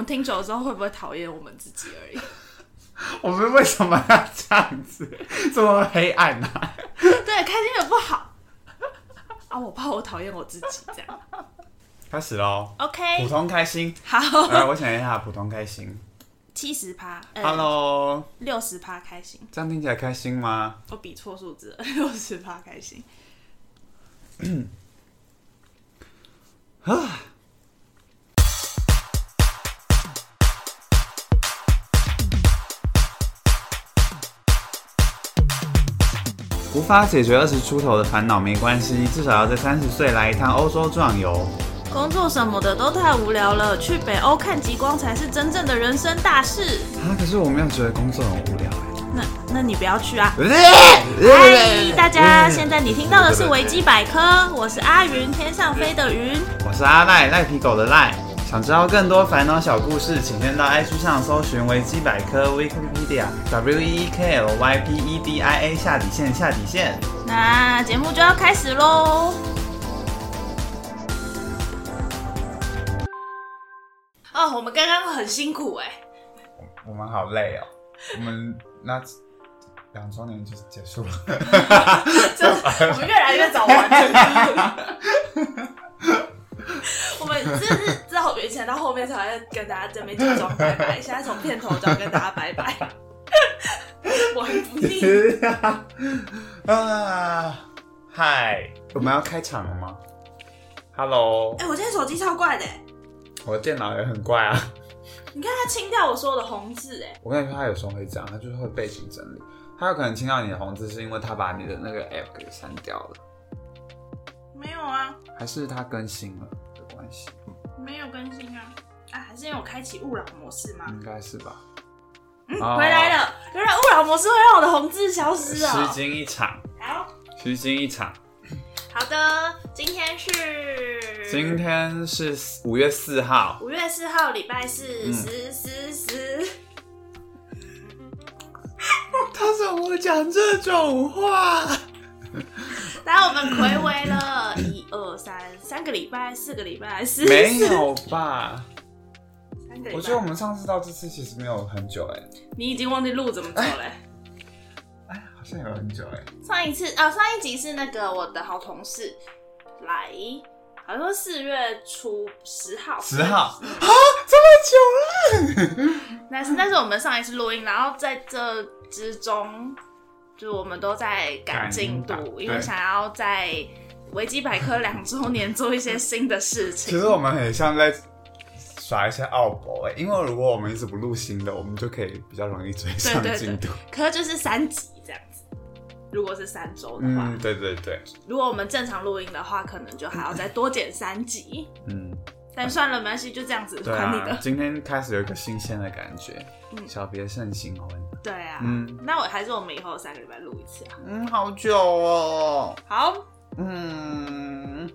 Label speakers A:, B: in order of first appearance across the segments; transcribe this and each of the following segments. A: 我们听久了之后会不会讨厌我们自己而已？
B: 我们为什么要这样子？ 这么黑暗呢、啊？
A: 对，开心的不好啊！我怕我讨厌我自己这样。
B: 开始喽，普
A: OK，
B: 通开 心。哎
A: 好，
B: 来，我想一下，普通开心。
A: 七十趴呃
B: Hello，
A: 六十趴开心，
B: 这样听起来开心吗？
A: 我比错数字了， 六十趴开心。
B: 无法解决二十出头的烦恼没关系，至少要在三十岁来一趟欧洲壮游。
A: 工作什么的都太无聊了，去北欧看极光才是真正的人生大事。
B: 啊，可是我没有觉得工作很无聊哎、
A: 那那你不要去啊！嗨
B: 嗨，
A: 大 家，现在你听到的是维基百科，我是阿云，天上飞的云。
B: 我是阿赖赖皮狗的赖。想知道更多烦恼小故事，请先到 IG 上搜寻维基百科 Wikipedia W E E K L Y P E D I A 下底线下底线。
A: 那节目就要开始喽。哦，我们刚刚很辛苦哎、
B: 我们好累哦，我们那两周年就结束 了。
A: 就是我们越来越早完成。我们这是至少原前到后面才会跟大家这边假装拜拜，现在从片头就要跟大家拜拜，玩不腻。
B: 啊，嗨，我们要开场了吗？Hello，
A: 哎、我今天手机超怪的、欸，
B: 我的电脑也很怪啊。
A: 你看它清掉我所有的红字、哎，
B: 我跟你说，他有时候会这样，他就是会背景整理。他有可能听到你的红字，是因为他把你的那个 app 给删掉了，
A: 没有啊，
B: 还是他更新了的关系？
A: 没有更新啊，啊，还是因为我开启勿扰模式吗？
B: 应该是吧。
A: 嗯，
B: 哦
A: 回来了，原来勿扰模式会让我的红字消失啊、
B: 虚惊一场，
A: 好，
B: 虚惊一场。
A: 好的，今天是
B: 今天是五月四号，
A: 五月四号，礼拜四，
B: 嗯
A: 十十十，
B: 他怎么讲这种 话？
A: 然后我们暌违 了一二三三个礼拜，四个礼拜，四
B: 没有吧？
A: 三个礼
B: 我觉得我
A: 拜，
B: 们上次到这次其实没有很久哎、
A: 你已经忘记路怎么走了、
B: 好像有很久哎、
A: 上一次啊，上一集是那个我的好同事来，好像是四月初十号，
B: 十号啊，这么久了。
A: 那是那是我们上一次录音，然后在这之中，就我们都在赶进
B: 赶进
A: 度，
B: 度
A: 因为
B: 对
A: 想要在维基百科两周年做一些新的事情。
B: 其实我们很像在耍一些奥博哎，因为如果我们一直不录新的，我们就可以比较容易追上
A: 对对对
B: 进度。
A: 可是就是三集这样子。如果是三周的话，
B: 嗯，对对对，
A: 如果我们正常录音的话，可能就还要再多减三集。
B: 嗯，
A: 但算了，没关系，就这样子，
B: 对
A: 管你
B: 啊，
A: 的。
B: 今天开始有一个新鲜的感觉，
A: 嗯
B: 小别胜新婚。
A: 对啊，
B: 嗯
A: 那我还是我们以后三个礼拜录一次啊。
B: 嗯，好久哦，
A: 好，
B: 嗯，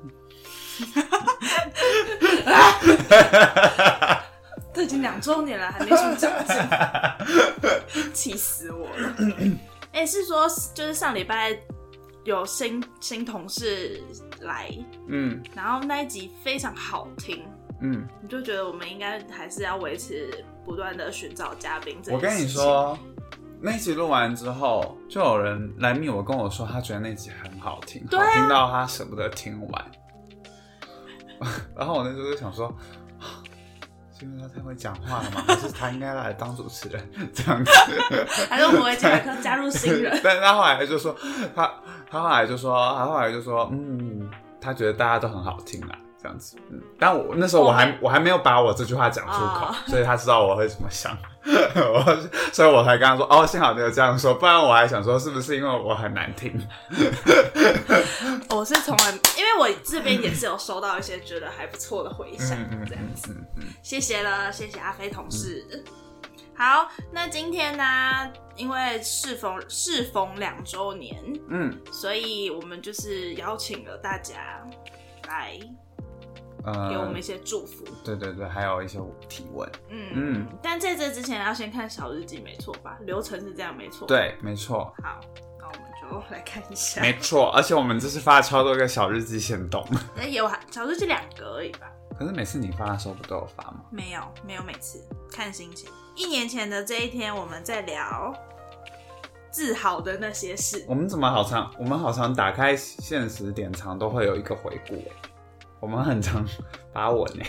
A: 都已经两周年了，还没出奖金，气死我了。哎、是说就是上礼拜有新新同事来，
B: 嗯
A: 然后那一集非常好听，
B: 嗯，
A: 你就觉得我们应该还是要维持不断的寻找嘉宾这件
B: 我跟你
A: 事情
B: 说。那集录完之后，就有人来密我跟我说，他觉得那集很好听，
A: 对啊
B: 好听到他舍不得听完。 然后我那时候就想说，啊是因为他太会讲话了吗？还是他应该来当主持人 这样子？。
A: 还是我们维基百科加入新人
B: 但是他后来就说，他他后来就说，他后来就说，嗯，他觉得大家都很好听啦，这样子。嗯，但我那时候我还我还没有把我这句话讲出口，
A: 哦
B: 所以他知道我会怎么想， 我所以我才跟他说，哦，幸好你有这样说，不然我还想说是不是因为我很难听？
A: 我是从来，因为我这边也是有收到一些觉得还不错的回响
B: 嗯，嗯
A: 这样
B: 嗯
A: 子。
B: 嗯嗯，
A: 谢谢了，谢谢阿飞同事。好，那今天呢、因为适逢适逢两周年，
B: 嗯
A: 所以我们就是邀请了大家来给我
B: 呃
A: 们一，些祝福。
B: 对对对，还有一些提问，
A: 嗯
B: 嗯
A: 但在这之前要先看小日记，没错吧？流程是这样，没错。，
B: 对，没错。
A: 好，那我们就来看一下。哎
B: 没错，而且我们这次发了超多个小日记行动，
A: 那也有小日记两个而已吧？
B: 可是每次你发的时候不都有发吗？
A: 没有，没有每次看心情。一年前的这一天，我们在聊自豪的那些事。
B: 我们怎么好常，我们好常打开现实典藏都会有一个回顾、欸，我们很常发文诶、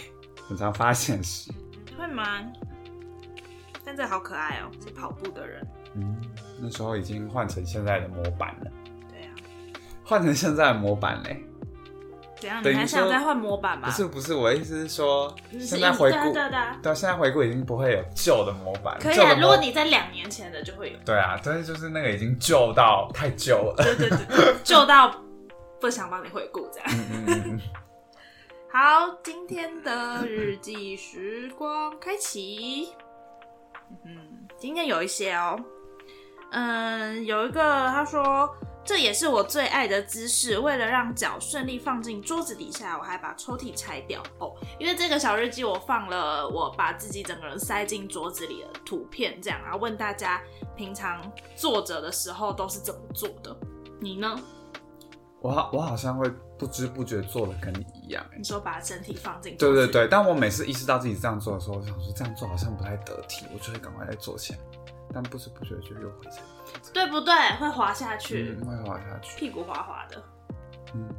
B: 很常发现实。
A: 会吗？但这好可爱哦、是跑步的人。
B: 嗯，那时候已经换成现在的模板了，
A: 对啊，
B: 换成现在的模板嘞、
A: 怎样？
B: 等
A: 你
B: 于
A: 还想
B: 说
A: 再换模板吧？
B: 不是不是，我的意思是说，
A: 你是
B: 现在回
A: 对啊
B: 顾
A: 对啊对啊
B: 到现在回顾已经不会有旧的模板，
A: 可以
B: 旧
A: 啊。
B: 的模
A: 如果你在两年前的就会有，
B: 对啊，但是就是那个已经旧到太旧了。
A: 对对对，旧到不想帮你回顾这样。
B: 嗯嗯嗯嗯
A: 好，今天的日记时光开启。嗯，今天有一些哦，嗯，有一个他说，这也是我最爱的姿势。为了让脚顺利放进桌子底下，我还把抽屉拆掉哦，因为这个小日记我放了我把自己整个人塞进桌子里的图片，这样，然后问大家平常坐着的时候都是怎么做的？你呢？
B: 我好，我好像会不知不觉做的跟你一样、欸
A: 你说把身体放进桌
B: 对
A: 子
B: 对
A: 里
B: 对，但我每次意识到自己这样做的时候，我想说这样做好像不太得体，我就会赶快再做起来，但不知不觉就又回去，
A: 对不对？会滑下去。
B: 嗯，会滑下 去，
A: 屁股滑滑的。
B: 嗯，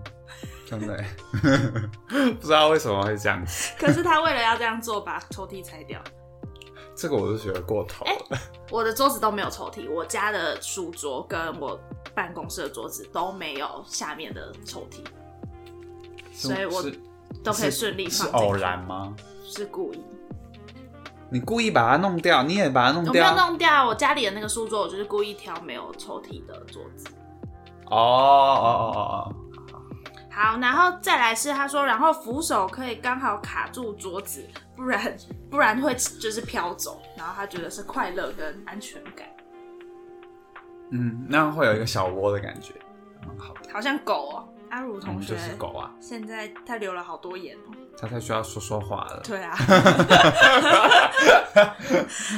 B: 真的、 欸，不知道为什么会这样子，
A: 可是他为了要这样做，把抽屉拆掉。
B: 这个我就觉得过头了。
A: 我的桌子都没有抽屉，我家的书桌跟我办公室的桌子都没有下面的抽屉，
B: 是
A: 所以我
B: 是
A: 都可以
B: 是
A: 顺利
B: 是
A: 放。
B: 偶然？吗？
A: 是故意。
B: 你故意把它弄掉，你也把它弄
A: 我没有
B: 掉，
A: 弄掉我家里的那个书桌，我就是故意挑没有抽屉的桌子。
B: 哦哦哦哦
A: 好，然后再来是他说，然后扶手可以刚好卡住桌子，不然 不然会就是飘走。然后他觉得是快乐跟安全感，
B: 哦，嗯，那样会有一个小窝的感觉，蛮好的。
A: 好像狗哦。阿如
B: 我
A: 同
B: 们
A: 学、
B: 就是狗啊，
A: 现在他留了好多眼哦。
B: 它才需要说说话了。
A: 对啊。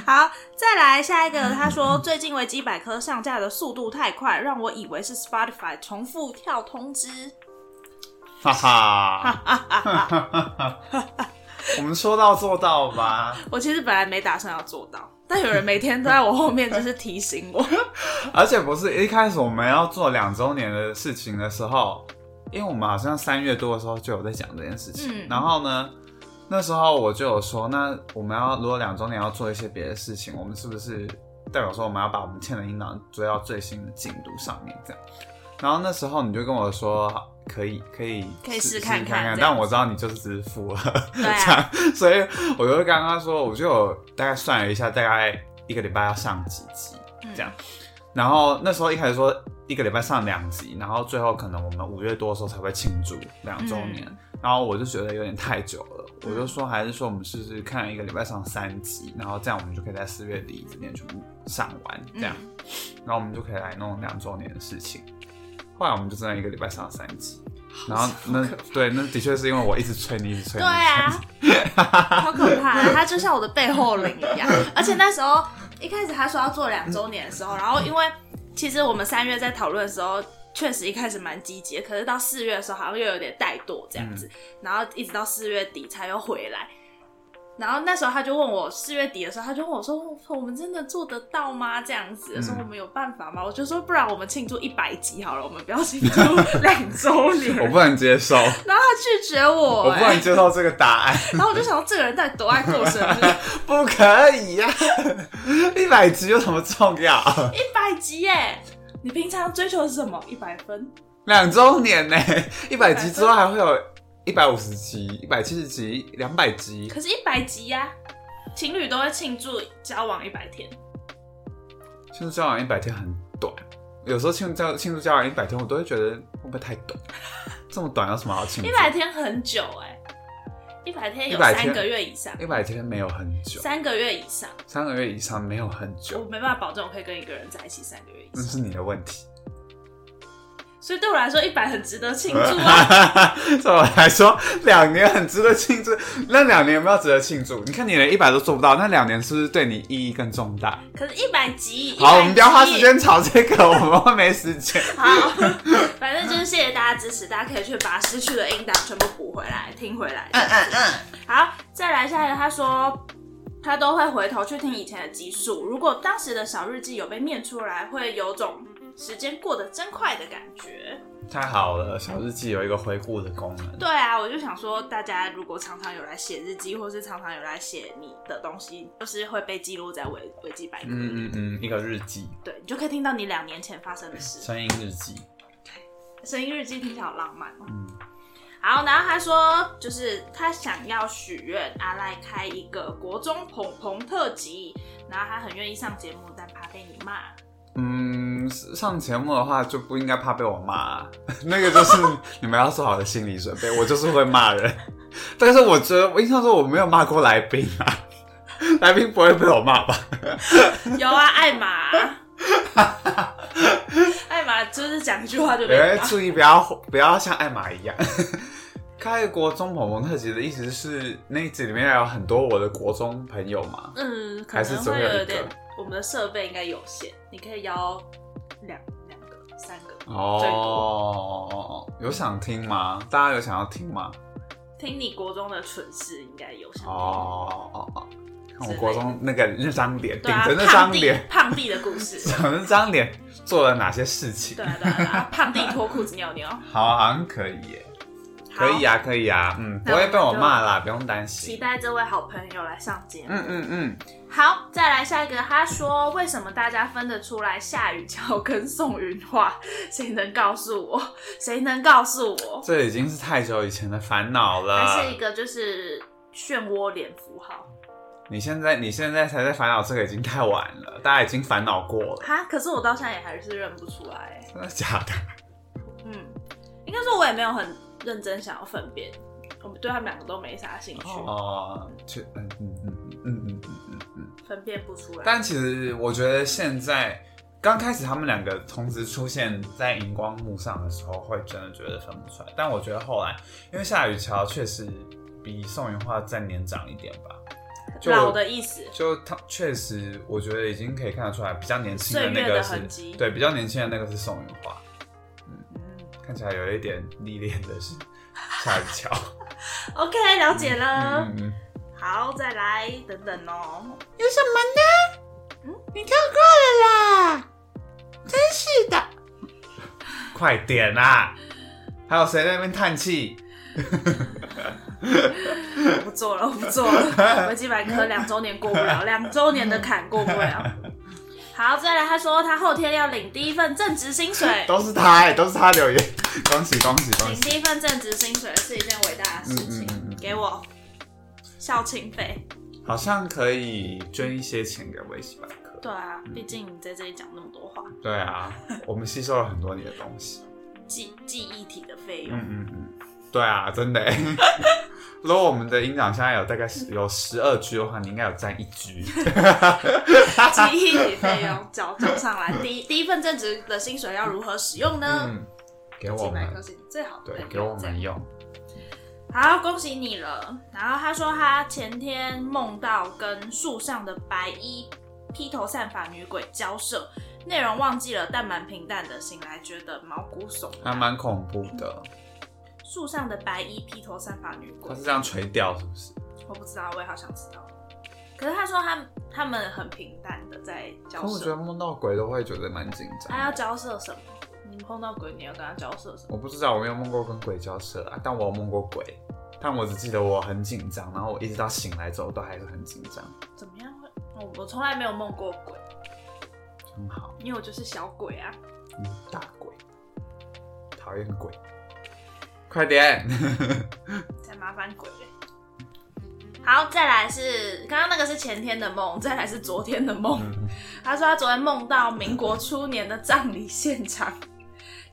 A: 好，再来下一个。他说，最近维基百科上架的速度太快，让我以为是 Spotify 重复跳通知。
B: 哈哈， 我们说到做到吧。
A: 我其实本来没打算要做到，但有人每天都在我后面就是提醒 我。
B: 而且不是一开始我们要做两周年的事情的时候，因为我们好像三月多的时候就有在讲这件事情。
A: 嗯
B: 然后呢，那时候我就有说，那我们要如果两周年要做一些别的事情，我们是不是代表说我们要把我们欠的音档追到最新的进度上面这样？然后那时候你就跟我说可以可以
A: 可以试
B: 试
A: 看看
B: 看
A: 这样
B: 但我知道你就是只是付了，
A: 对 啊，
B: 所以我就刚刚说，我就有大概算了一下，大概一个礼拜要上几集
A: 嗯
B: 这样。然后那时候一开始说一个礼拜上两集，然后最后可能我们五月多的时候才会庆祝两周
A: 嗯
B: 年，然后我就觉得有点太久了，我就说还是说我们试试看一个礼拜上三集，然后这样我们就可以在四月底之前全部上完这样，
A: 嗯
B: 然后我们就可以来弄两周年的事情。后来我们就真的一个礼拜上三集，然后那对那的确是因为我一直催你，一直催
A: 对
B: 你，
A: 啊，好可怕、啊他就像我的背后灵一样。而且那时候一开始他说要做两周年的时候，然后因为其实我们三月在讨论的时候，确实一开始蛮积极，可是到四月的时候好像又有点怠惰这样子，然后一直到四月底才又回来。然后那时候他就问我四月底的时候，他就问我说：“我们真的做得到吗？这样子，
B: 嗯
A: 说我们有办法吗？”我就说：“不然我们庆祝一百集好了，我们不要庆祝两周年。”
B: 我不能接受，
A: 然后他拒绝我、
B: 我不能
A: 哎
B: 接受这个答案，
A: 然后我就想，这个人到底多爱过生日？
B: 不可以呀、一百集有什么重要？
A: 一百集耶！你平常追求的是什么？一百分？
B: 两周年呢、一百集之后还会有一百五十集、一百七十集、两百集，
A: 可是，一百集呀、情侣都会庆祝交往一百天。
B: 庆祝交往一百天很短，有时候庆祝交庆祝交往一百天，我都会觉得会不会太短？这么短有什么好庆
A: 一
B: 祝？
A: 百天很久哎、一百天有
B: 100天
A: 三个月以上，
B: 一百天没有很久，
A: 三个月以上，
B: 三个月以上没有很
A: 我
B: 久，
A: 没办法保证我可以跟一个人在一起三个月以
B: 那
A: 上。
B: 是你的问题。
A: 所以对我来说，一百很值得庆祝 啊！
B: 对我来说，两年很值得庆祝。那两年有没有值得庆祝？你看你连一百都做不到，那两年是不是对你意义更重大？
A: 可是，一百集，
B: 好，我们不要花
A: 100集
B: 时。间吵这个， 我们会没时间。
A: 好， 反正就是谢谢大家支持，大家可以去把失去的音档全部补回来，听回来。
B: 嗯嗯嗯，
A: 好，再来下一个，他说他都会回头去听以前的集数，如果当时的小日记有被念出来，会有种时间过得真快的感觉。
B: 太好了，小日记有一个回顾的功能。
A: 对啊，我就想说，大家如果常常有来写日记，或是常常有来写你的东西，就是会被记录在维维基百科里。
B: 嗯嗯嗯，一个日记，
A: 对，你就可以听到你两年前发生的事。
B: 声音日记。
A: 声音日记听起来好浪漫哦。
B: 嗯
A: 好，然后他说，就是他想要许愿阿赖开一个国中捧捧特辑，然后他很愿意上节目，但怕被你 骂。
B: 嗯，上节目的话就不应该怕被我骂， 那个就是你们要做好的心理准备。我就是会骂人， 但是我觉得我印象中我没有骂过来宾啊， 来宾不会被我骂吧？
A: 有啊，艾玛， 艾玛就是讲一句话就
B: 有
A: 被
B: 人
A: 骂。
B: 注意不要不要像艾玛一样。开国中某某特辑的意思是那一集里面有很多我的国中朋友嘛，
A: 嗯，可
B: 还是
A: 能
B: 只
A: 会
B: 会有一
A: 有
B: 个
A: 点，我们的设备应该有限，你可以邀两两个、三个，最多。
B: 哦，有想听吗？大家有想要听吗？
A: 听你国中的蠢事应该有想听。
B: 哦哦哦，
A: 之
B: 看我
A: 类
B: 国中那个那张脸，
A: 对
B: 顶
A: 啊，
B: 着那张
A: 胖弟
B: 脸，
A: 胖弟的故 事。
B: 顶着那张脸做了哪些事情
A: 对？啊对啊对啊，胖弟脱裤子尿 尿。
B: 好啊，好像可以耶，
A: 好
B: 可以啊，可以啊，嗯，不
A: 那我
B: 会
A: 们
B: 被我
A: 就
B: 骂啦，不用担
A: 期
B: 心。
A: 待这位好朋友来上节目。
B: 嗯嗯嗯，
A: 好，再来下一个。他说：“为什么大家分得出来夏雨乔跟宋云画？谁能告诉我？ 谁能告诉我？
B: 这已经是太久以前的烦恼了。
A: 还是一个就是漩涡脸符号
B: 你现在你现在才在烦恼这个已经太晚了，大家已经烦恼过了，
A: 哈？可是我到现在也还是认不出来。
B: 真的假的？
A: 嗯，应该说我也没有很认真想要分辨，我们对他们两个都没啥兴趣，
B: 哦，去，嗯嗯嗯嗯嗯嗯嗯嗯嗯。
A: 分辨不出来。
B: 但其实我觉得现在刚开始他们两个同时出现在荧光幕上的时候，会真的觉得分不出来。但我觉得后来，因为夏雨乔确实比宋云画再年长一点吧，就
A: 老的意思，
B: 就他确实，我觉得已经可以看得出来，比较年轻的那
A: 岁月
B: 个
A: 的
B: 是
A: 痕迹，
B: 对，比较年轻的那个是宋云画，
A: 嗯
B: 看起来有一点历练的是夏雨乔。
A: ，OK，了解了。
B: 嗯嗯
A: 好，再来等等哦。嗯
C: 有什么呢？你跳过了啦，真是的。
B: 嗯，快点啦！还有谁在那边叹气？
A: 我不做了，我不做了。维基百科两周年过不了，两周年的坎过不了。好，再来，他说他后天要领第一份正职薪水，
B: 都是他、欸，都是他留言， 恭喜恭喜恭
A: 领
B: 喜！
A: 第一份正职薪水是一件伟大的事情。
B: 嗯嗯嗯嗯
A: 给我校庆费。
B: 好像可以捐一些钱给维基百科。
A: 对啊，毕竟你在这里讲那么多话，
B: 对啊，我们吸收了很多你的东西。
A: 记记忆体的费用。
B: 嗯嗯嗯，对啊，真的欸、 如果我们的营长现在有大概十有十二 G 的话，你应该有占一 G。
A: 记忆体费用缴交上来，第一第一份正职的薪水要如何使用呢？
B: 嗯，给
A: 维基
B: 我
A: 百科
B: 们，
A: 是你最好的
B: 对
A: 朋，友
B: 给我
A: 这样
B: 们用。
A: 好，恭喜你了。然后他说他前天梦到跟树上的白衣披头散发女鬼交涉，内容忘记了，但蛮平淡的。醒来觉得毛骨悚
B: 还
A: 然。
B: 蛮恐怖的，
A: 树上的白衣披头散发女鬼
B: 它是，这样垂钓，是不是？
A: 我不知道，我也好想知道。可是他说他他们很平淡的在交
B: 可我觉
A: 涉，
B: 得梦到鬼都会觉得蛮紧张
A: 他要
B: 的。
A: 交涉什么？你碰到鬼，你要跟他交涉什么？
B: 我不知道，我没有梦过跟鬼交涉啊，但我有梦过鬼，但我只记得我很紧张，然后我一直到醒来之后都还是很紧张，
A: 怎么样会？我我从来没有梦过鬼，
B: 很好。
A: 因为我就是小鬼啊。
B: 嗯，大鬼，讨厌鬼，快点！
A: 才麻烦鬼嘞。好，再来是刚刚那个是前天的梦，再来是昨天的梦。
B: 嗯
A: 他说他昨天梦到民国初年的葬礼现场，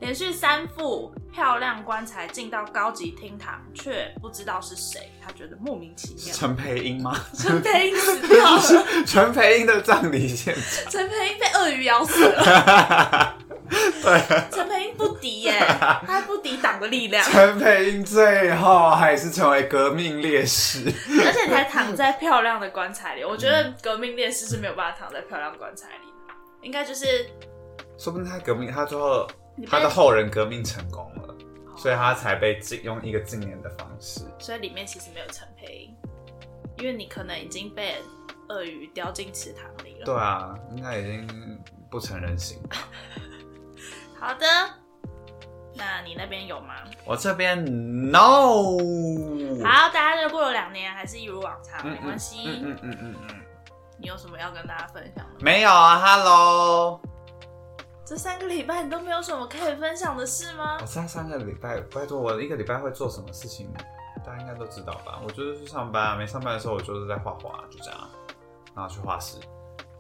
A: 连续三副漂亮棺材进到高级厅堂，却不知道是谁，他觉得莫名其
B: 是
A: 妙。
B: 陈培英吗？
A: 陈佩英死掉了，
B: 陈培英的葬礼现
A: 陈佩英被鳄鱼咬死了。
B: 场，对，，
A: 陈培英不敌耶、他不抵挡的力量
B: 陈培英最后还是成为革命烈士。
A: 而且才躺在漂亮的棺材里。我觉得革命烈士是没有办法躺在漂亮棺材里的，应该就是
B: 说不定他革命，他最后
A: 你被
B: 他的后人革命成功了，所以他才被禁用一个禁言的方式。
A: 所以里面其实没有陈佩英，因为你可能已经被鳄鱼叼进池塘里了。
B: 对啊，应该已经不成人形 了。
A: 好的，那你那边有吗？
B: 我这边 no。
A: 好，大家就过了两年，还是一如往常，
B: 嗯，
A: 没关系。
B: 嗯嗯嗯嗯嗯嗯，
A: 你有什么要跟大家分享的？
B: 没有啊，hello。
A: 这三个礼拜你都没有什么可以分享的事吗
B: 我？上上个礼拜，拜托我一个礼拜会做什么事情，大家应该都知道吧？我就是去上班啊，没上班的时候我就是在画画，就这样，然后去画室，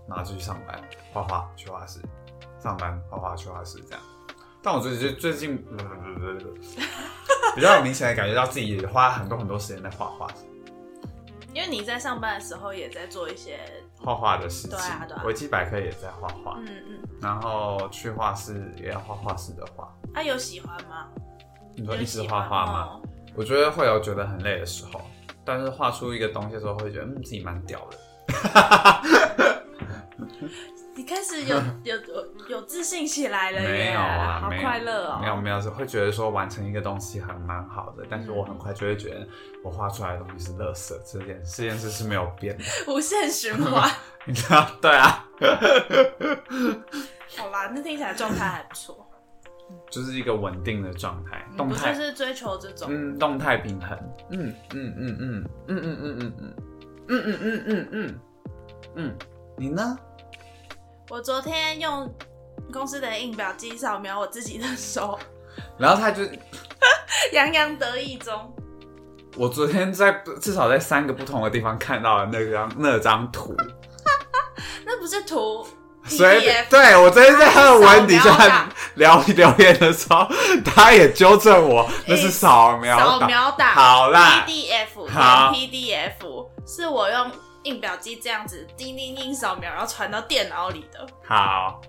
B: 然后就去上班，画画去画室，上班画画去画室这样。但我最近最近 比较明显的感觉到自己花很多很多时间在画画，
A: 因为你在上班的时候也在做一些，
B: 画画的事情。
A: 对啊对啊
B: 维基百科也在画画，
A: 嗯嗯，
B: 然后去画室也要画画室的画。
A: 啊，有喜欢吗？
B: 你
A: 有
B: 说一直
A: 喜
B: 画
A: 欢
B: 画吗？
A: 哦？
B: 我觉得会有觉得很累的时候，但是画出一个东西的时候，会觉得嗯自己蛮屌的。
A: 你开始有 有有有自信起来了耶，
B: 没有啊，
A: 好
B: 没有
A: 快乐哦！
B: 没有没有，是会觉得说完成一个东西很蛮好的，但是我很快就会觉得我画出来的东西是垃圾，这件这件事是没有变的，
A: 无限循环。
B: 你知道？对啊，
A: 好啦，那听起来状态还不错。
B: 就是一个稳定的状态，
A: 你
B: 嗯动
A: 不就
B: 态，
A: 是追求这种？
B: 嗯，动态平衡，嗯嗯嗯嗯嗯嗯嗯嗯嗯嗯嗯嗯嗯嗯嗯，你呢？
A: 我昨天用公司的印表机扫描我自己的手，
B: 然后他就
A: 洋洋得意中。
B: 我昨天在至少在三个不同的地方看到了那张那张图，
A: 那不是图
B: 所以
A: PDF
B: 对我昨天在他的文底
A: 扫描档
B: 下 聊留言的时候，他也纠正我那是扫描
A: 哎扫
B: 档，
A: 描档，
B: 好啦
A: PDF
B: 好
A: PDF 是我用印表机这样子叮叮叮扫描，然后传到电脑里的。
B: 好，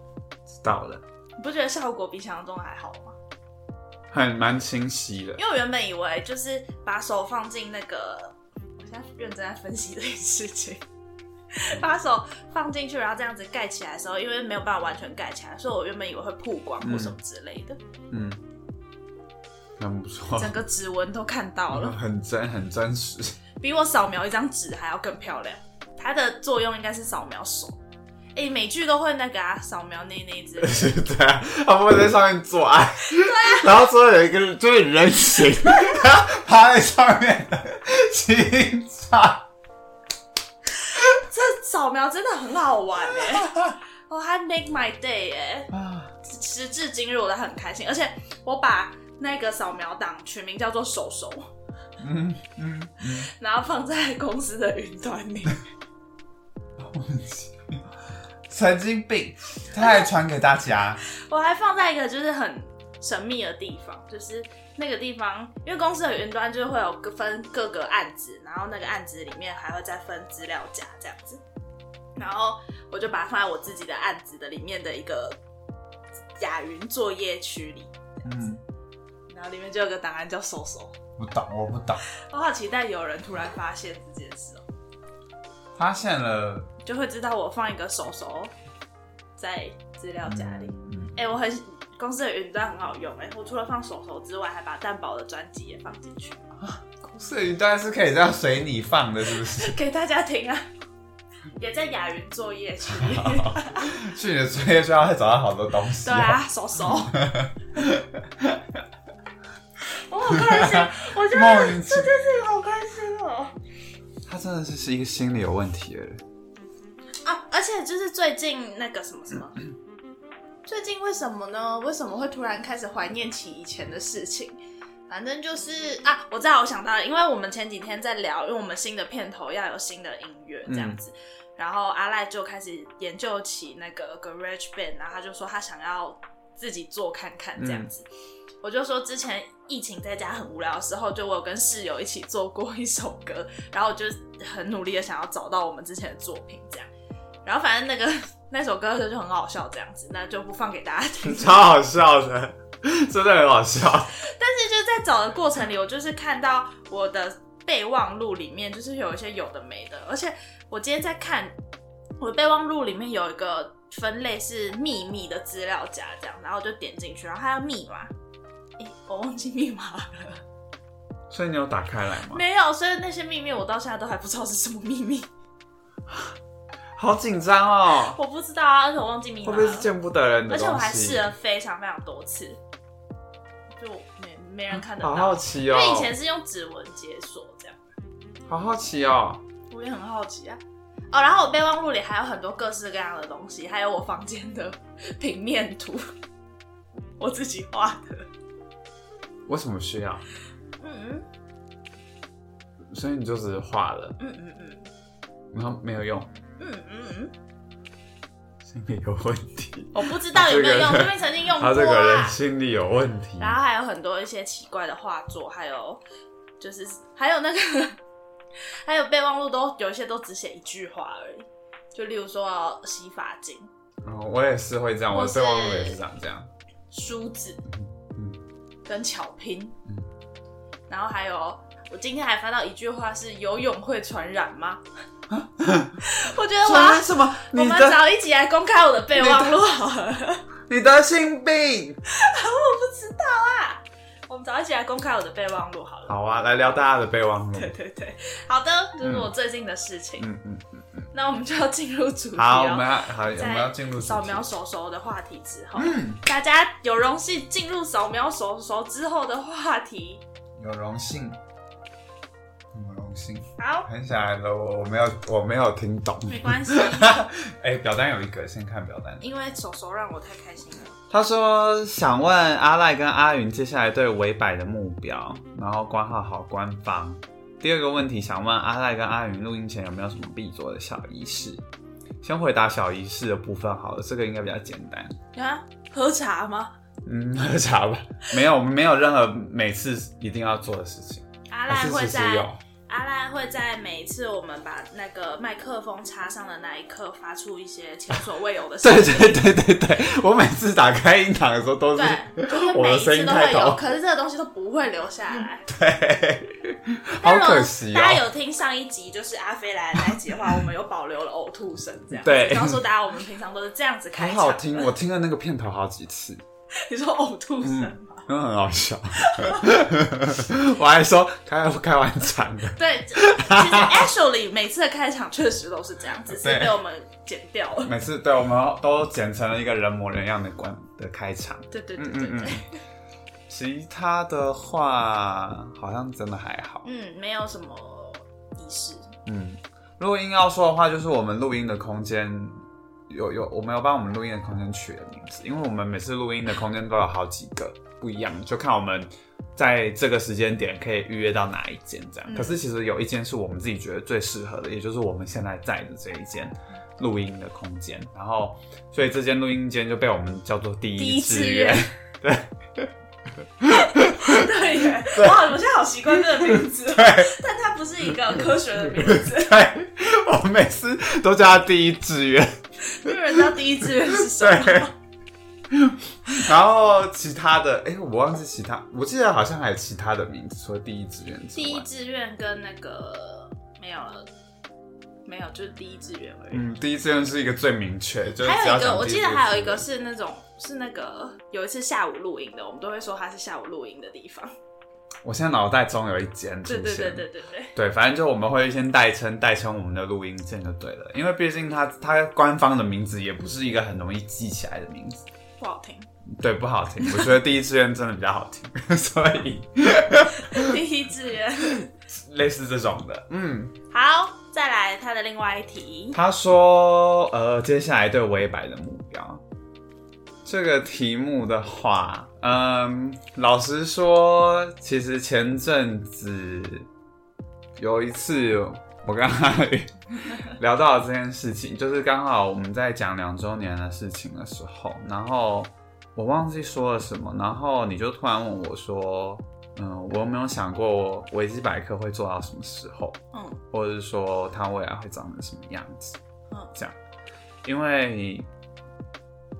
B: 知道了，
A: 你不觉得效果比想象中还好吗？
B: 很蛮清晰的
A: 因。为我原本以为就是把手放进那个，我现在认真在分析这件事情，把手放进去，然后这样子盖起来的时候，因为没有办法完全盖起来，所以我原本以为会曝光或什么之类的，
B: 嗯，很不错，
A: 整个指纹都看到了，
B: 很真很真实。
A: 比我扫描一张纸还要更漂亮。它的作用应该是扫描手。哎、每句都会那个啊，扫描那那之类的
B: 对啊，他们会在上面做爱，然后最后有一个就是人形， 然后趴在上面清唱。
A: 这扫描真的很好玩哎、哦，它 make my day 哎、
B: 啊
A: 时至今日我都很开心，而且我把那个扫描档取名叫做“手手
B: 嗯嗯，”，
A: 然后放在公司的云端里。
B: 神经病，他还传给大家，
A: 我还放在一个就是很神秘的地方，就是那个地方，因为公司的云端就是会有各分各个案子，然后那个案子里面还会再分资料夹这样子。然后我就把它放在我自己的案子的里面的一个雅云作业区里，
B: 嗯，
A: 然后里面就有个档案叫“手手
B: 不懂，我不懂，”，
A: 我好期待有人突然发现这件事哦、
B: 发现了，
A: 就会知道我放一个手手在资料夹里。
B: 嗯，
A: 哎、我很公司的云端很好用哎、我除了放手手之外，还把蛋宝的专辑也放进去，
B: 公司的云端是可以这样随你放的，是不是？
A: 给大家听啊。也在雅云作业区，
B: 去你的作业需要会找到好多东西、
A: 对啊，手手。我好开心，我觉得
B: 莫名其
A: 这件事情好开心哦。
B: 他真的是是一个心理有问题的人，
A: 啊，而且就是最近那个什么什么，最近为什么呢？为什么会突然开始怀念起以前的事情？反正就是啊，我知道，我想到了，因为我们前几天在聊，因为我们新的片头要有新的音乐这样子，然后阿赖就开始研究起那个 Garage Band，然后他就说他想要自己做看看这样子。我就说之前疫情在家很无聊的时候，就我有跟室友一起做过一首歌，然后我就很努力的想要找到我们之前的作品这样。然 后反正那个那首歌就很好笑这样子，那就不放给大家听。
B: 超好笑的。真的很好笑。
A: 但是就是在找的过程里，我就是看到我的备忘录里面就是有一些有的没的，而且我今天在看我的备忘录里面有一个分类是秘密的资料夹，这样，然后我就点进去，然后它要密码，诶、我忘记密码了，
B: 所以你有打开来吗？
A: 没有，所以那些秘密我到现在都还不知道是什么秘密，
B: 好紧张哦，
A: 我不知道啊，而且我忘记密
B: 会
A: 码
B: 不
A: 了，
B: 会是见不得人的
A: 而
B: 东西？
A: 且我还试了非常非常多次，就没没人看得
B: 好
A: 到
B: 好，奇
A: 因
B: 哦，
A: 为以前是用指纹解锁这样。
B: 好好奇哦，
A: 我也很好奇啊。哦，然后我备忘录里还有很多各式各样的东西，还有我房间的平面图， 我自己画的。
B: 为什么需要？
A: 嗯
B: 所以你就只是画了，
A: 嗯嗯嗯
B: 然后没有用，
A: 嗯嗯嗯，
B: 心理有问题。
A: 我不知道有没有用，
B: 他这个人
A: 说明曾经用过
B: 他这个人
A: 啊。
B: 心理有问题。
A: 然后还有很多一些奇怪的画作，还有就是还有那个还有备忘录都有一些都只写一句话而已，就例如说洗发精、
B: 哦，我也是会这样，我
A: 或
B: 的
A: 是
B: 备忘录也是长这样。
A: 梳子，
B: 嗯
A: 跟巧拼，
B: 嗯
A: 然后还有我今天还翻到一句话是“游泳会传染吗？” 我觉得我
B: 说
A: 要
B: 什么？
A: 我
B: 啊你
A: 们
B: 的
A: 早一起来公开我的备忘录好了，
B: 你得性病。
A: 我们早一起来公开我的备忘录好了。
B: 好啊，来聊大家的备忘录。
A: 对对对，好的，这是我最近的事情。
B: 嗯嗯，
A: 那我们就要进入主题
B: 好，
A: 哦
B: 我们要好，我们要进入
A: 在
B: 主题嗯
A: 扫描手手的话题之后，大家有荣幸进入扫描手手之后的话题。
B: 有荣幸，有荣幸。
A: 好，
B: 很想来了，我我没有我没有听懂。
A: 没关系，
B: 哎、表单有一个，先看表单。
A: 因为手手让我太开心了。
B: 他说想问阿赖跟阿云接下来对尾摆的目标，然后关号好官方。第二个问题想问阿赖跟阿云录音前有没有什么必做的小仪式？先回答小仪式的部分好了，这个应该比较简单。
A: 啊，喝茶吗？
B: 嗯，喝茶吧。没有，没有任何每次一定要做的事情。
A: 阿
B: 还
A: 赖
B: 啊是
A: 会
B: 其实
A: 在
B: 有
A: 阿赖会在每一次我们把那个麦克风插上的那一刻，发出一些前所未有的声
B: 对
A: 音。
B: 对对对对，我每次打开音档的时候都是
A: 对，就是
B: 我
A: 每
B: 的
A: 一
B: 声音
A: 次都
B: 开
A: 会有，
B: 头，
A: 可是这个东西都不会留下来。
B: 好
A: 但如果
B: 可惜哦、
A: 大家有听上一集就是阿飞来的那一集的话，我们有保留了呕吐声这样子。
B: 对
A: 告诉大家我们平常都是这样子开
B: 很
A: 场。
B: 好听，我听了那个片头好几次，
A: 你说呕吐声吗？
B: 真的很 好笑。我还说开开完场了，
A: 对，其实 actually 每次的开场确实都是这样，只是
B: 对嗯
A: 被我们剪掉了。
B: 每次对我们都剪成了一个人模人样的关的开场。
A: 对对对
B: 嗯
A: 对对
B: 嗯嗯。其他的话好像真的还好。
A: 嗯，没有什么仪 式。
B: 嗯，如果硬要说的话，就是我们录音的空间有有，我们有帮我们录音的空间取了名字，因为我们每次录音的空间都有好几个不一样，就看我们在这个时间点可以预约到哪一间这样。
A: 嗯
B: 可是其实有一间是我们自己觉得最适合的，也就是我们现在在的这一间。录音的空间，然后所以这间录音间就被我们叫做第
A: 第
B: 一
A: 一
B: 志
A: 志
B: 愿
A: 愿，对耶，哇，我现在好习惯这个名字，哦但它不是一个科学的名字。
B: 对，我每次都叫它第一志愿。
A: 没有人知道第一志愿是什么。
B: 对。然后其他的，哎、我忘记其他，我记得好像还有其他的名字，除了第一志愿之
A: 第一
B: 外，
A: 志愿跟那个没有了，没有，就是第一志愿而已。
B: 嗯，第一志愿是一个最明确，就是
A: 还
B: 只
A: 有
B: 要
A: 一个，
B: 讲
A: 我
B: 第
A: 记
B: 志
A: 得
B: 愿
A: 还有一个是那种是那个有一次下午露营的，我们都会说它是下午露营的 地方。
B: 我现在脑袋中有一间出
A: 对
B: 现，
A: 对对对对对，
B: 对反正就我们会先代称代称我们的录音键就对了，因为毕竟它它官方的名字也不是一个很容易记起来的名字，
A: 不好听。
B: 对，不好听，我觉得第一志愿真的比较好听， 所以
A: 第一志愿，
B: 类似这种的，嗯，
A: 好，再来它的另外一题。
B: 他说：“呃，接下来对微白的目标，这个题目的话，嗯，老实说，其实前阵子有一次，我跟阿宇 聊到了这件事情，就是刚好我们在讲两周年的事情的时候，然后我忘记说了什么，然后你就突然问我说，嗯，我有没有想过维基百科会做到什么时候？”
A: 嗯
B: 或者是说啊它未来会长成什么样子，
A: 嗯
B: 这样，因为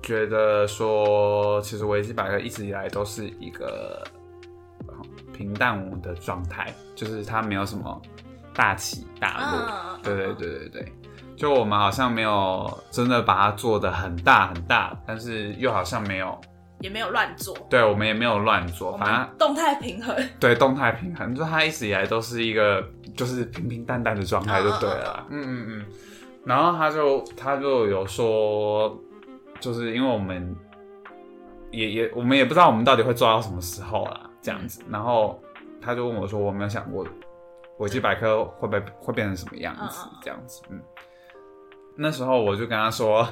B: 觉得说，其实维基百科一直以来都是一个呃平淡无的状态，就是它没有什么大起大落。
A: 嗯，
B: 啊对对对对对，就我们好像没有真的把它做的很大很大，但是又好像没有，
A: 也没有乱做，
B: 对我们也没有乱做，
A: 我
B: 反正
A: 们动态平衡，
B: 对动态平衡，就它一直以来都是一个就是平平淡淡的状态就对
A: 啊
B: 了啦。嗯嗯嗯。然后他就他就有说，就是因为我们也也我们也不知道我们到底会做到什么时候啦，这样
A: 嗯
B: 子。然后他就问我说，我没有想过维基百科会不会会变成什么样子
A: 嗯嗯嗯，
B: 这样子。嗯。那时候我就跟他说，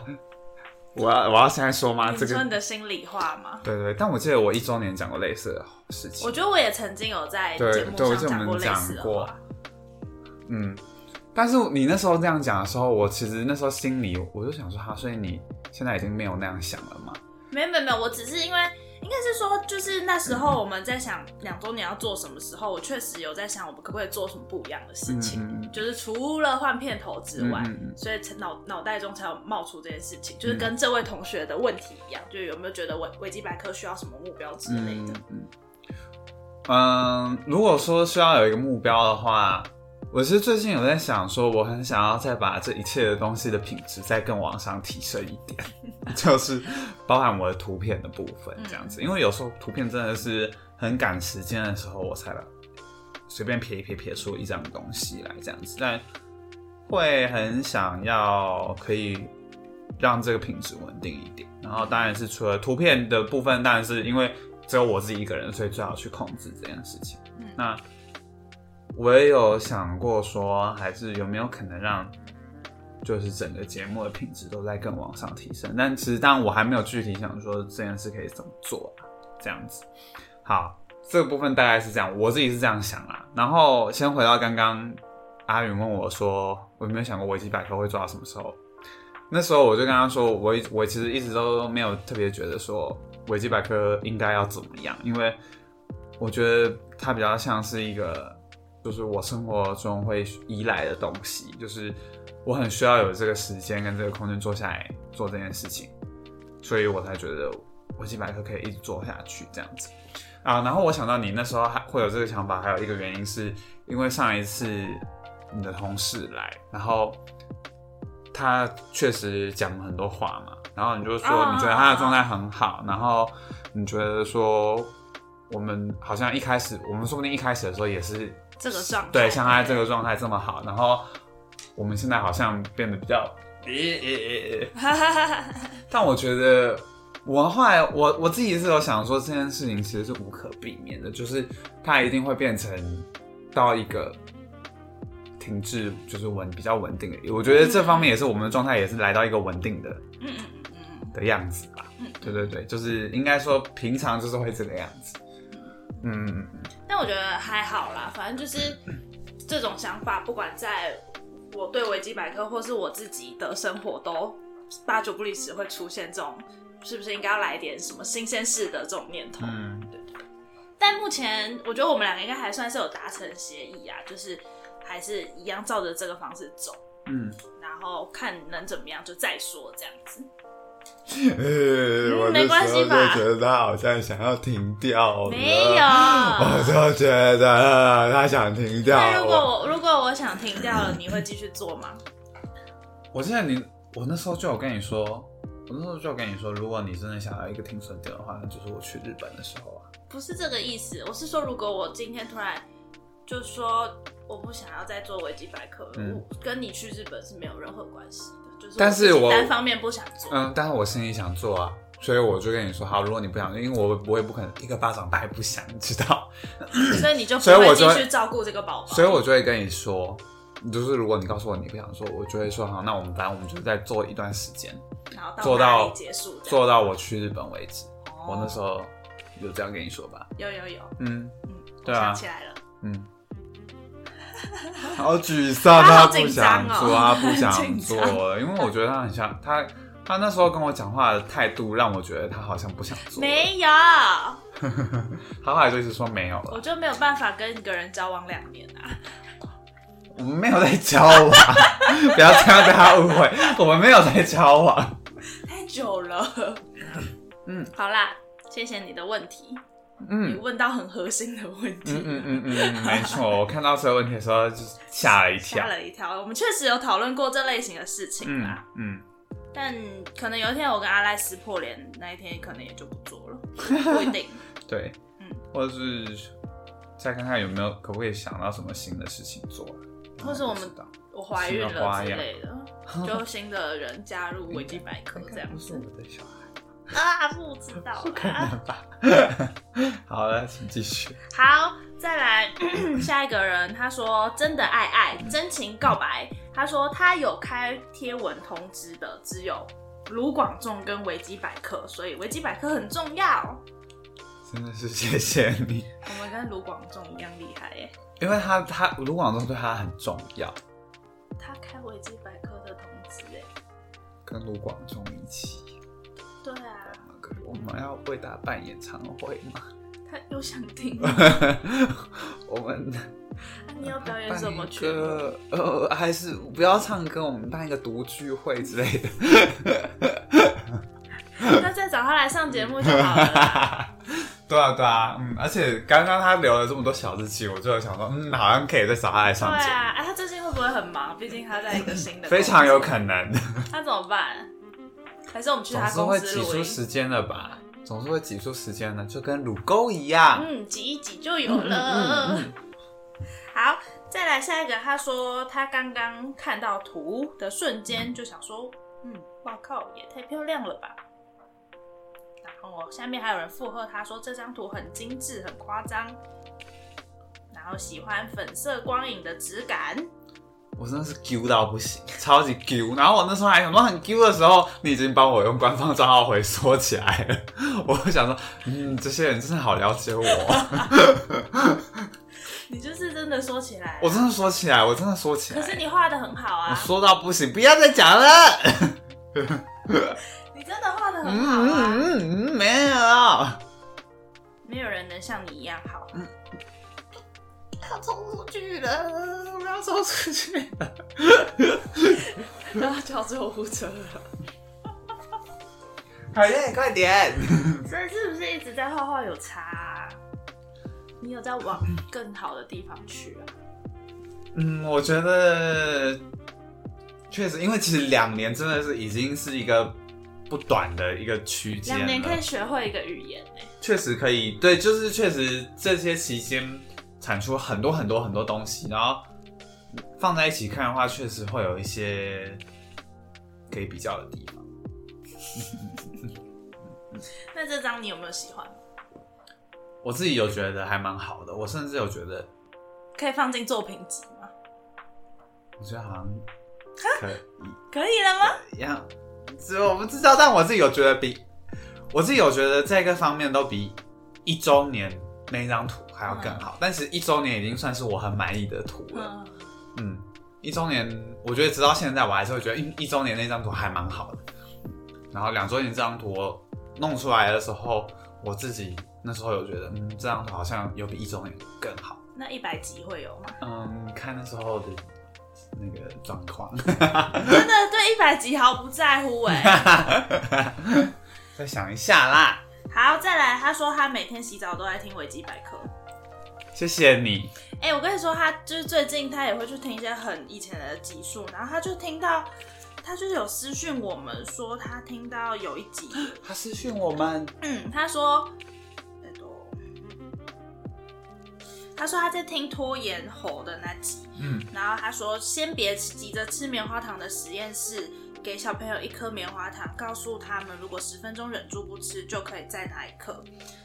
B: 我要我要现在说吗？啊 这
A: 你说
B: 个
A: 你的心里话吗？
B: 对对，但我记得我一周年讲过类似的事情。
A: 我觉得我也曾经有在
B: 对
A: 节目
B: 对我
A: 上
B: 记得我们
A: 过类似
B: 讲
A: 的
B: 过
A: 话，
B: 嗯，但是你那时候这样讲的时候，我其实那时候心里我就想说，哈，所以你现在已经没有那样想了嘛？
A: 没有没有没有，我只是因为应该是说，就是那时候我们在想两周年要做什么时候，我确实有在想我们可不可以做什么不一样的事情，
B: 嗯嗯
A: 就是除了换片头之
B: 嗯
A: 外。
B: 嗯嗯
A: 所以才脑脑袋中才有冒出这件事情，就是跟这位同学的问题一样，就是有没有觉得维维基百科需要什么目标之类的
B: 嗯？嗯嗯，如果说需要有一个目标的话，我是最近有在想说，我很想要再把这一切的东西的品质再更往上提升一点，就是包含我的图片的部分这样子，因为有时候图片真的是很赶时间的时候，我才把随便撇一撇撇出一张东西来这样子，但会很想要可以让这个品质稳定一点。然后当然是除了图片的部分，当然是因为只有我自己一个人，所以最好去控制这件事情。
A: 嗯
B: 那我也有想过说，还是有没有可能让。就是整个节目的品质都在更往上提升，但其实当然我还没有具体想说这件事可以怎么做啊，这样子。好，这个部分大概是这样，我自己是这样想啦。然后先回到刚刚阿云问我说，我有没有想过维基百科会做到什么时候？那时候我就跟他说，我一我其实一直都没有特别觉得说维基百科应该要怎么样，因为我觉得它比较像是一个，就是我生活中会依赖的东西，就是我很需要有这个时间跟这个空间坐下来做这件事情，所以我才觉得维基百科可以一直做下去这样子。啊，然后我想到你那时候还会有这个想法，还有一个原因是因为上一次你的同事来，然后他确实讲了很多话嘛，然后你就说
A: 啊
B: 你觉得他的状态很
A: 哦
B: 好，然后你觉得说我们好像一开始，我们说不定一开始的时候也是
A: 这个状态
B: 对，像他这个状态这么好，然后我们现在好像变得比较，诶诶诶 诶，
A: 嗯
B: 但我觉得我后来我我自己是有想说这件事情其实是无可避免的，就是它一定会变成到一个停滞，就是稳比较稳定的。我觉得这方面也是我们的状态也是来到一个稳定的
A: 嗯嗯嗯嗯
B: 的样子吧。
A: 嗯
B: 对对对，就是应该说平常就是会这个样子。嗯嗯嗯
A: 嗯，但我觉得还好啦，反正就是这种想法，不管在我对维基百科或是我自己的生活，都八九不离十会出现这种，是不是应该要来点什么新鲜事的这种念头？
B: 嗯。
A: 但目前我觉得我们两个应该还算是有达成协议啊，就是还是一样照着这个方式走，
B: 嗯，
A: 然后看能怎么样就再说这样子。
C: 我
A: 嗯没
C: 那
A: 关
C: 时
A: 系
C: 候就
A: 吧
C: 觉得他好像想要停掉了，
A: 没有
C: 我就觉得他想停掉
B: 啊
A: 那如果
C: 了。
A: 我如果我想停掉了，你会继续做吗？
B: 我记得你，我那时候就有跟你说，我那时候就有跟你说，如果你真的想要一个停损点的话，那就是我去日本的时候啊。
A: 不是这个意思，我是说，如果我今天突然就说我不想要再做维基百科，
B: 嗯
A: 我跟你去日本是没有任何关系的，就是
B: 但是
A: 自己
B: 我
A: 单方面不想做。
B: 嗯，但是我心里想做啊，所以我就跟你说，好，如果你不想，因为我我也不可能一个巴掌拍不响，你知 道，
A: 所以你就不
B: 嗯所以我
A: 会
B: 就
A: 继
B: 会
A: 续照顾这个宝宝。
B: 所以我就会跟你说，就是如果你告诉我你不想做，我就会说好，那我们反正我们就再做一段时间，
A: 然后到
B: 做
A: 哪
B: 到
A: 里结束这样？
B: 做到我去日本为止。
A: 哦
B: 我那时候有这样跟你说吧？
A: 有有有，
B: 嗯
A: 嗯，
B: 对
A: 我
B: 啊
A: 想起来了，
B: 嗯。
C: 好沮丧，
A: 他好
B: 啊不
A: 紧
B: 想
A: 张
B: 做，
A: 哦
B: 他不想
A: 紧
B: 做
A: 张哦
B: 了，因为我觉得他很像他，他那时候跟我讲话的态度让我觉得他好像不想做。，
A: 没有，
B: 他后来就一直说没有
A: 我
B: 了，
A: 就没有办法跟一个人交往两年啊。
B: 我们没有 在交往，不要这样被他误会，我们没有在交往。
A: 太久了。
B: 嗯，
A: 好啦，谢谢你的问题，你
B: 嗯
A: 问到很核心的问题
B: 嗯嗯嗯嗯，没错，我看到这个问题的时候就是吓了一跳
A: 吓。了一跳。我们确实有讨论过这类型的事情
B: 嗯
A: 啦，
B: 嗯，
A: 但可能有一天我跟阿赖撕破脸，那一天可能也就不做 了，不一定。
B: 对，
A: 嗯
B: 或者是再看看有没有可不可以想到什么新的事情做啊，
A: 或是我们
B: 不知道
A: 我怀孕
B: 新的花
A: 了之
B: 样
A: 类的，就新的人加入维基百科这
B: 应该
A: 样
B: 不是
A: 子
B: 我的小孩，
A: 啊，不知道
B: 不可
A: 啦。
B: 能吧？好了，请继续。
A: 好，再来 下一个人，他说真的爱爱，真情告白。他说他有开贴文通知的，只有卢广仲跟维基百科，所以维基百科很重要。
B: 真的是谢谢你，
A: 我们跟卢广仲一样厉害耶、
B: 因为他他卢广仲对他很重要，
A: 他开维基百科的通知哎、
B: 跟卢广仲一起，
A: 对啊，
B: 我们要为他办演唱会吗？
A: 他又想听啊
B: 我们
A: 你要表演
B: 办
A: 什么
B: 一
A: 曲目？
B: 个呃，还是不要唱歌，我们办一个独聚会之类的。
A: 那再找他来上节目就好 了啦。
B: 对啊，对啊，嗯，而且刚刚他留了这么多小日记，我就有想说，嗯，好像可以再找他来
A: 对
B: 上节目，
A: 啊，哎、他最近会不会很忙？毕竟他在一个新的，
B: 非常有。可能，
A: 他怎么办？还是我们去
B: 总
A: 他
B: 是
A: 公
B: 会
A: 司
B: 挤
A: 录
B: 出
A: 音？
B: 时间的吧，总是会挤出时间的，就跟乳沟一样。
A: 嗯，挤一挤就有
B: 嗯
A: 了。好，再来下一个。他说他刚刚看到图的瞬间就想说，嗯，哇靠，也太漂亮了吧！然后下面还有人附和他说这张图很精致，很夸张，然后喜欢粉色光影的质感。
B: 我真的是丢到不行，超级丢。然后我那时候还想说很丢的时候，你已经帮我用官方账号回缩起来了。 我就想说，嗯，这些人真的好了 解我。
A: 你就是真的说起来，啊
B: 我真的说起来，我真的说起来，
A: 可是你画的很好
B: 我
A: 啊，
B: 说到不行，不要再讲了。
A: 你真的画的很好
B: 嗯
A: 啊，
B: 嗯嗯，没有。
A: 没有人能像你一样好。
B: 要冲出去了，我要冲出去了。嗯
A: 然后 叫救护车了。
B: 海燕，快点！
A: 所以是不是一直在画画有差、啊？你有在往更好的地方去啊？
B: 嗯，我觉得确实，因为其实两年真的是已经是一个不短的一个区间了，
A: 两年可以学会一个语言欸呢、
B: 确实可以，对，就是确实这些期间产出很多很多很多东西，然后放在一起看的话，确实会有一些可以比较的地方。
A: 那这张你有没有喜欢？
B: 我自己有觉得还蛮好的，我甚至有觉得，
A: 可以放进作品集吗？
B: 我觉得好像可以。
A: 可以了吗？
B: 一样，只我不知道，但我自己有觉得比，我自己有觉得这个方面都比一周年那张图还要更好。但是一周年已经算是我很满意的图了。
A: 嗯，
B: 嗯一周年，我觉得直到现在我还是会觉得一一周年那张图还蛮好的。然后两周年这张图我弄出来的时候，我自己那时候有觉得，嗯，这张图好像有比一周年更好。
A: 那一百集会有吗？
B: 嗯，看那时候的那个状况。
A: 真的对一百集毫不在乎哎、
B: 再想一下啦，
A: 好，再来，他说他每天洗澡都在听维基百科。
B: 谢谢你。
A: 哎、我跟你说，他就是最近他也会去听一些很以前的集数，然后他就听到，他就是有私讯我们说他听到有一集，
B: 他私讯我们，
A: 嗯，他说，哎都他说他在听拖延猴的那集，
B: 嗯，
A: 然后他说先别急着吃棉花糖的实验室，给小朋友一颗棉花糖，告诉他们如果十分钟忍住不吃，就可以再拿一颗。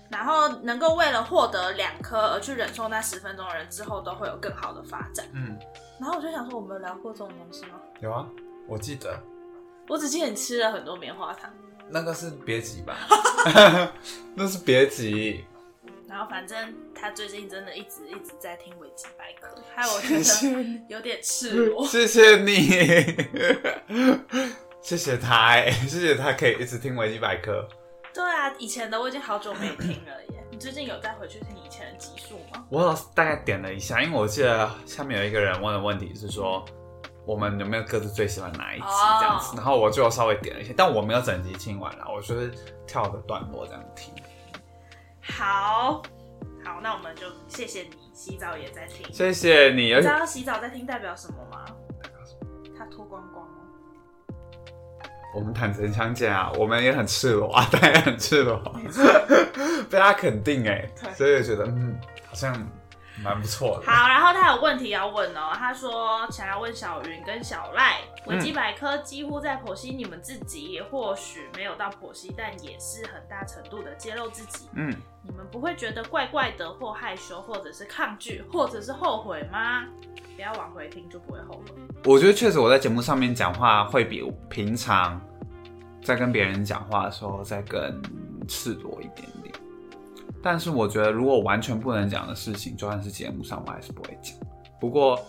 A: 然后能够为了获得两颗而去忍受那十分钟的人，之后都会有更好的发展。
B: 嗯，
A: 然后我就想说，我们有聊过这种东西吗？
B: 有啊，我记得
A: 我只记得你吃了很多棉花糖，
B: 那个是别急 吧，那是别急。
A: 然后反正他最近真的一直一直在听维基百科，害我觉
B: 谢谢
A: 得
B: 你，
A: 有点赤裸。
B: 谢谢你， 谢谢他、欸，谢谢他可以一直听维基百科。
A: 对啊，以前的我已经好久没听了耶。你最近有再回去听以前的集数吗？
B: 我有大概点了一下，因为我记得下面有一个人问的问题是说，我们有没有各自最喜欢哪一集
A: 哦
B: 这样子。然后我就稍微点了一些，但我没有整集听完啦，我就是跳着段落这样听。
A: 好好，那我们就谢谢你，洗澡也在听。
B: 谢谢你，
A: 你
B: 而
A: 知
B: 且
A: 道洗澡在听代表什么吗？他脱光光哦。
B: 我们坦诚相见啊，我们也很赤裸 啊，大家也很赤裸， 被他肯定哎、
A: 对
B: 所以我觉得嗯，好像蛮不错的。
A: 好，然后他有问题要问哦，他说想要问小云跟小赖，维基百科几乎在剖析你们自己，也或许没有到剖析，但也是很大程度的揭露自己。
B: 嗯，
A: 你们不会觉得怪怪的，或害羞，或者是抗拒，或者是后悔吗？不要往回听就不会后悔。
B: 我觉得确实我在节目上面讲话会比平常在跟别人讲话的时候再更赤裸一点点，但是我觉得如果完全不能讲的事情，就算是节目上我还是不会讲。不过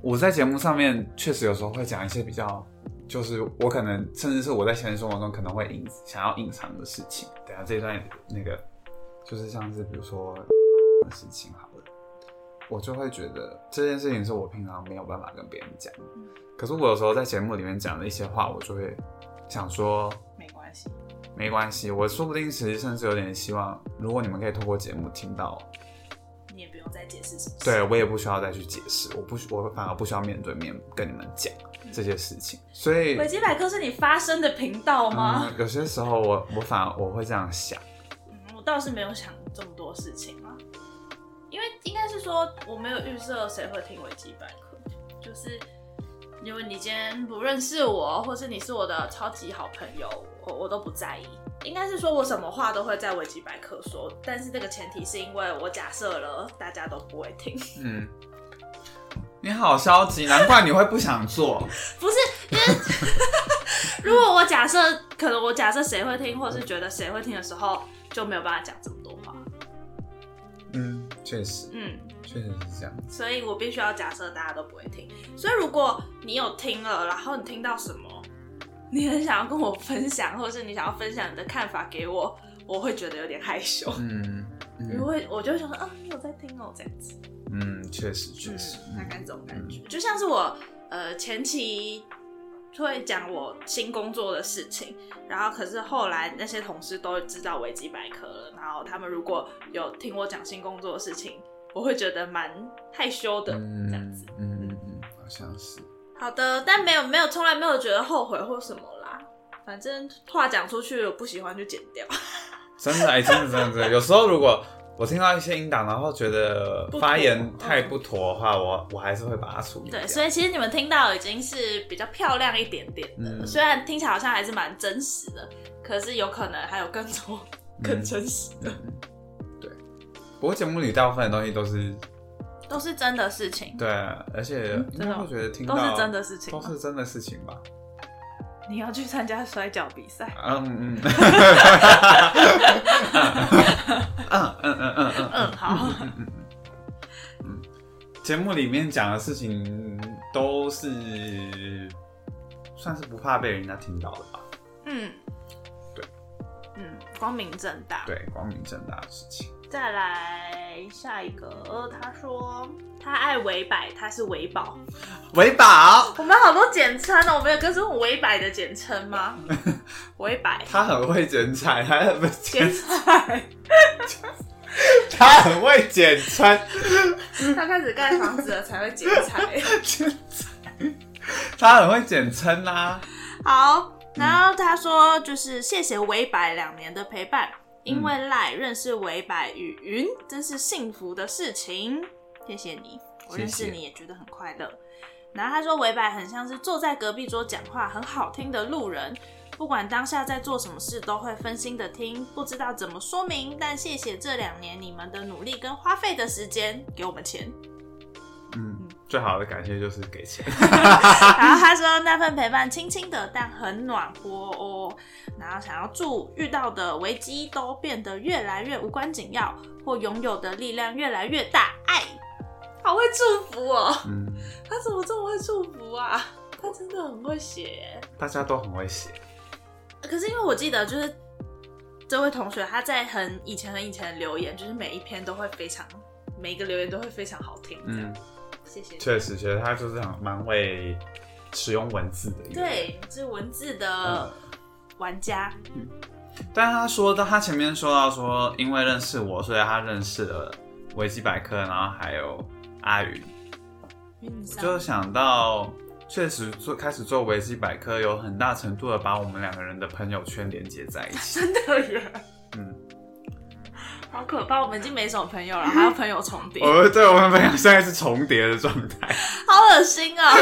B: 我在节目上面确实有时候会讲一些比较，就是我可能甚至是我在现实生活中可能会隐想要隐藏的事情。等一下这一段那个就是像是比如说的事情好了。我就会觉得这件事情是我平常没有办法跟别人讲的，可是我有时候在节目里面讲的一些话，我就会想说，
A: 没关系，
B: 没关系，我说不定其实甚至有点希望，如果你们可以透过节目听到，
A: 你也不用再解释什么。
B: 对，我也不需要再去解释，我不需，我反而不需要面对面跟你们讲这些事情，所以
A: 维基百科是你发声的频道吗？
B: 嗯，有些时候我我反而我会这样想，
A: 嗯我倒是没有想这么多事情啊，因为应该是说我没有预设谁会听维基百科，就是因为你今天不认识我，或是你是我的超级好朋友，我我都不在意。应该是说我什么话都会在维基百科说，但是这个前提是因为我假设了大家都不会听，
B: 嗯，你好消极，难怪你会不想 做，
A: 不是 因为如果我假设可能我假设谁会听，或是觉得谁会听的时候，就没有办法讲这么多话。
B: 嗯，确实，
A: 嗯，
B: 确实是这样。
A: 所以我必须要假设大家都不会听。所以如果你有听了，然后你听到什么，你很想要跟我分享，或是你想要分享你的看法给我，我会觉得有点害羞。
B: 嗯，
A: 因
B: 嗯
A: 为我就会想说，啊，你有在听哦，这样子，
B: 嗯，确实确实，
A: 嗯，大概这种感觉，就像是我呃前期会讲我新工作的事情，然后可是后来那些同事都知道维基百科了，然后他们如果有听我讲新工作的事情，我会觉得蛮害羞的，
B: 嗯
A: 这样子。
B: 嗯嗯嗯，好像是。
A: 好的，但没有没有，从来没有觉得后悔或什么啦。反正话讲出去，我不喜欢就剪掉，
B: 真的，哎、真的，真的，真的。有时候如果我听到一些音档，然后觉得
A: 不妥嗯
B: 发言太不妥的话，我我还是会把它处理掉。
A: 对，所以其实你们听到已经是比较漂亮一点点的，
B: 嗯
A: 虽然听起来好像还是蛮真实的，可是有可能还有更多更真实
B: 嗯
A: 的，
B: 不过节目里大部分的东西都是
A: 都是真的事情，
B: 对，啊而且
A: 嗯
B: 应
A: 真的
B: 该
A: 哦
B: 会觉得听到
A: 都是真的事情
B: 都
A: 吗。
B: 是真的事情吧。
A: 你要去参加摔跤比赛，
B: 嗯 嗯嗯嗯嗯嗯嗯
A: 嗯， 好，
B: 节目里面讲的事情都是算是不怕被人家听到的吧？
A: 嗯，
B: 对，
A: 嗯，光明正大，
B: 对，光明正大的事情。
A: 再来下一个，他说他爱维百，他是维保。
B: 维宝，
A: 我们好多简称哦，我们有跟这种维百的简称吗？维 百
B: 他很会剪彩，他很会
A: 剪
B: 剪，
A: 彩，
B: 他很会剪彩，
A: 他开始盖房子了才会剪彩。
B: 他很会剪啊称啦、
A: 好，然后他说就是谢谢维百两年的陪伴，因为赖认识维百与云，真是幸福的事情。谢谢你，我认识
B: 谢谢
A: 你也觉得很快乐。然后他说维百很像是坐在隔壁桌讲话很好听的路人，不管当下在做什么事都会分心的听，不知道怎么说明，但谢谢这两年你们的努力跟花费的时间，给我们钱。
B: 嗯，最好的感谢就是给 钱。
A: 然后他说那份陪伴轻轻的，但很暖和哦。然后想要祝遇到的危机都变得越来越无关紧要，或拥有的力量越来越大。爱，好会祝福哦！
B: 嗯，
A: 他怎么这么会祝福啊？他真的很会啊写耶。
B: 大家都很会写，
A: 可是因为我记得就是。这位同学他在很以前很以前的留言，就是每一篇都会非常，每一个留言都会非常好听，这样、
B: 嗯，
A: 谢谢。
B: 确实，觉得他就是很蛮会使用文字的一个人。
A: 对，这文字的玩家，
B: 但是他说到他前面说到说，因为认识我，所以他认识了维基百科，然后还有阿宇，
A: 嗯，
B: 就想到确实做开始做维基百科，有很大程度的把我们两个人的朋友圈连接在一 起。
A: 真的耶，
B: 嗯，
A: 好可怕，我们已经没什么朋友了，还有朋友重叠
B: 我，们哦对我们朋友现在是重叠的状态，
A: 好恶心 啊！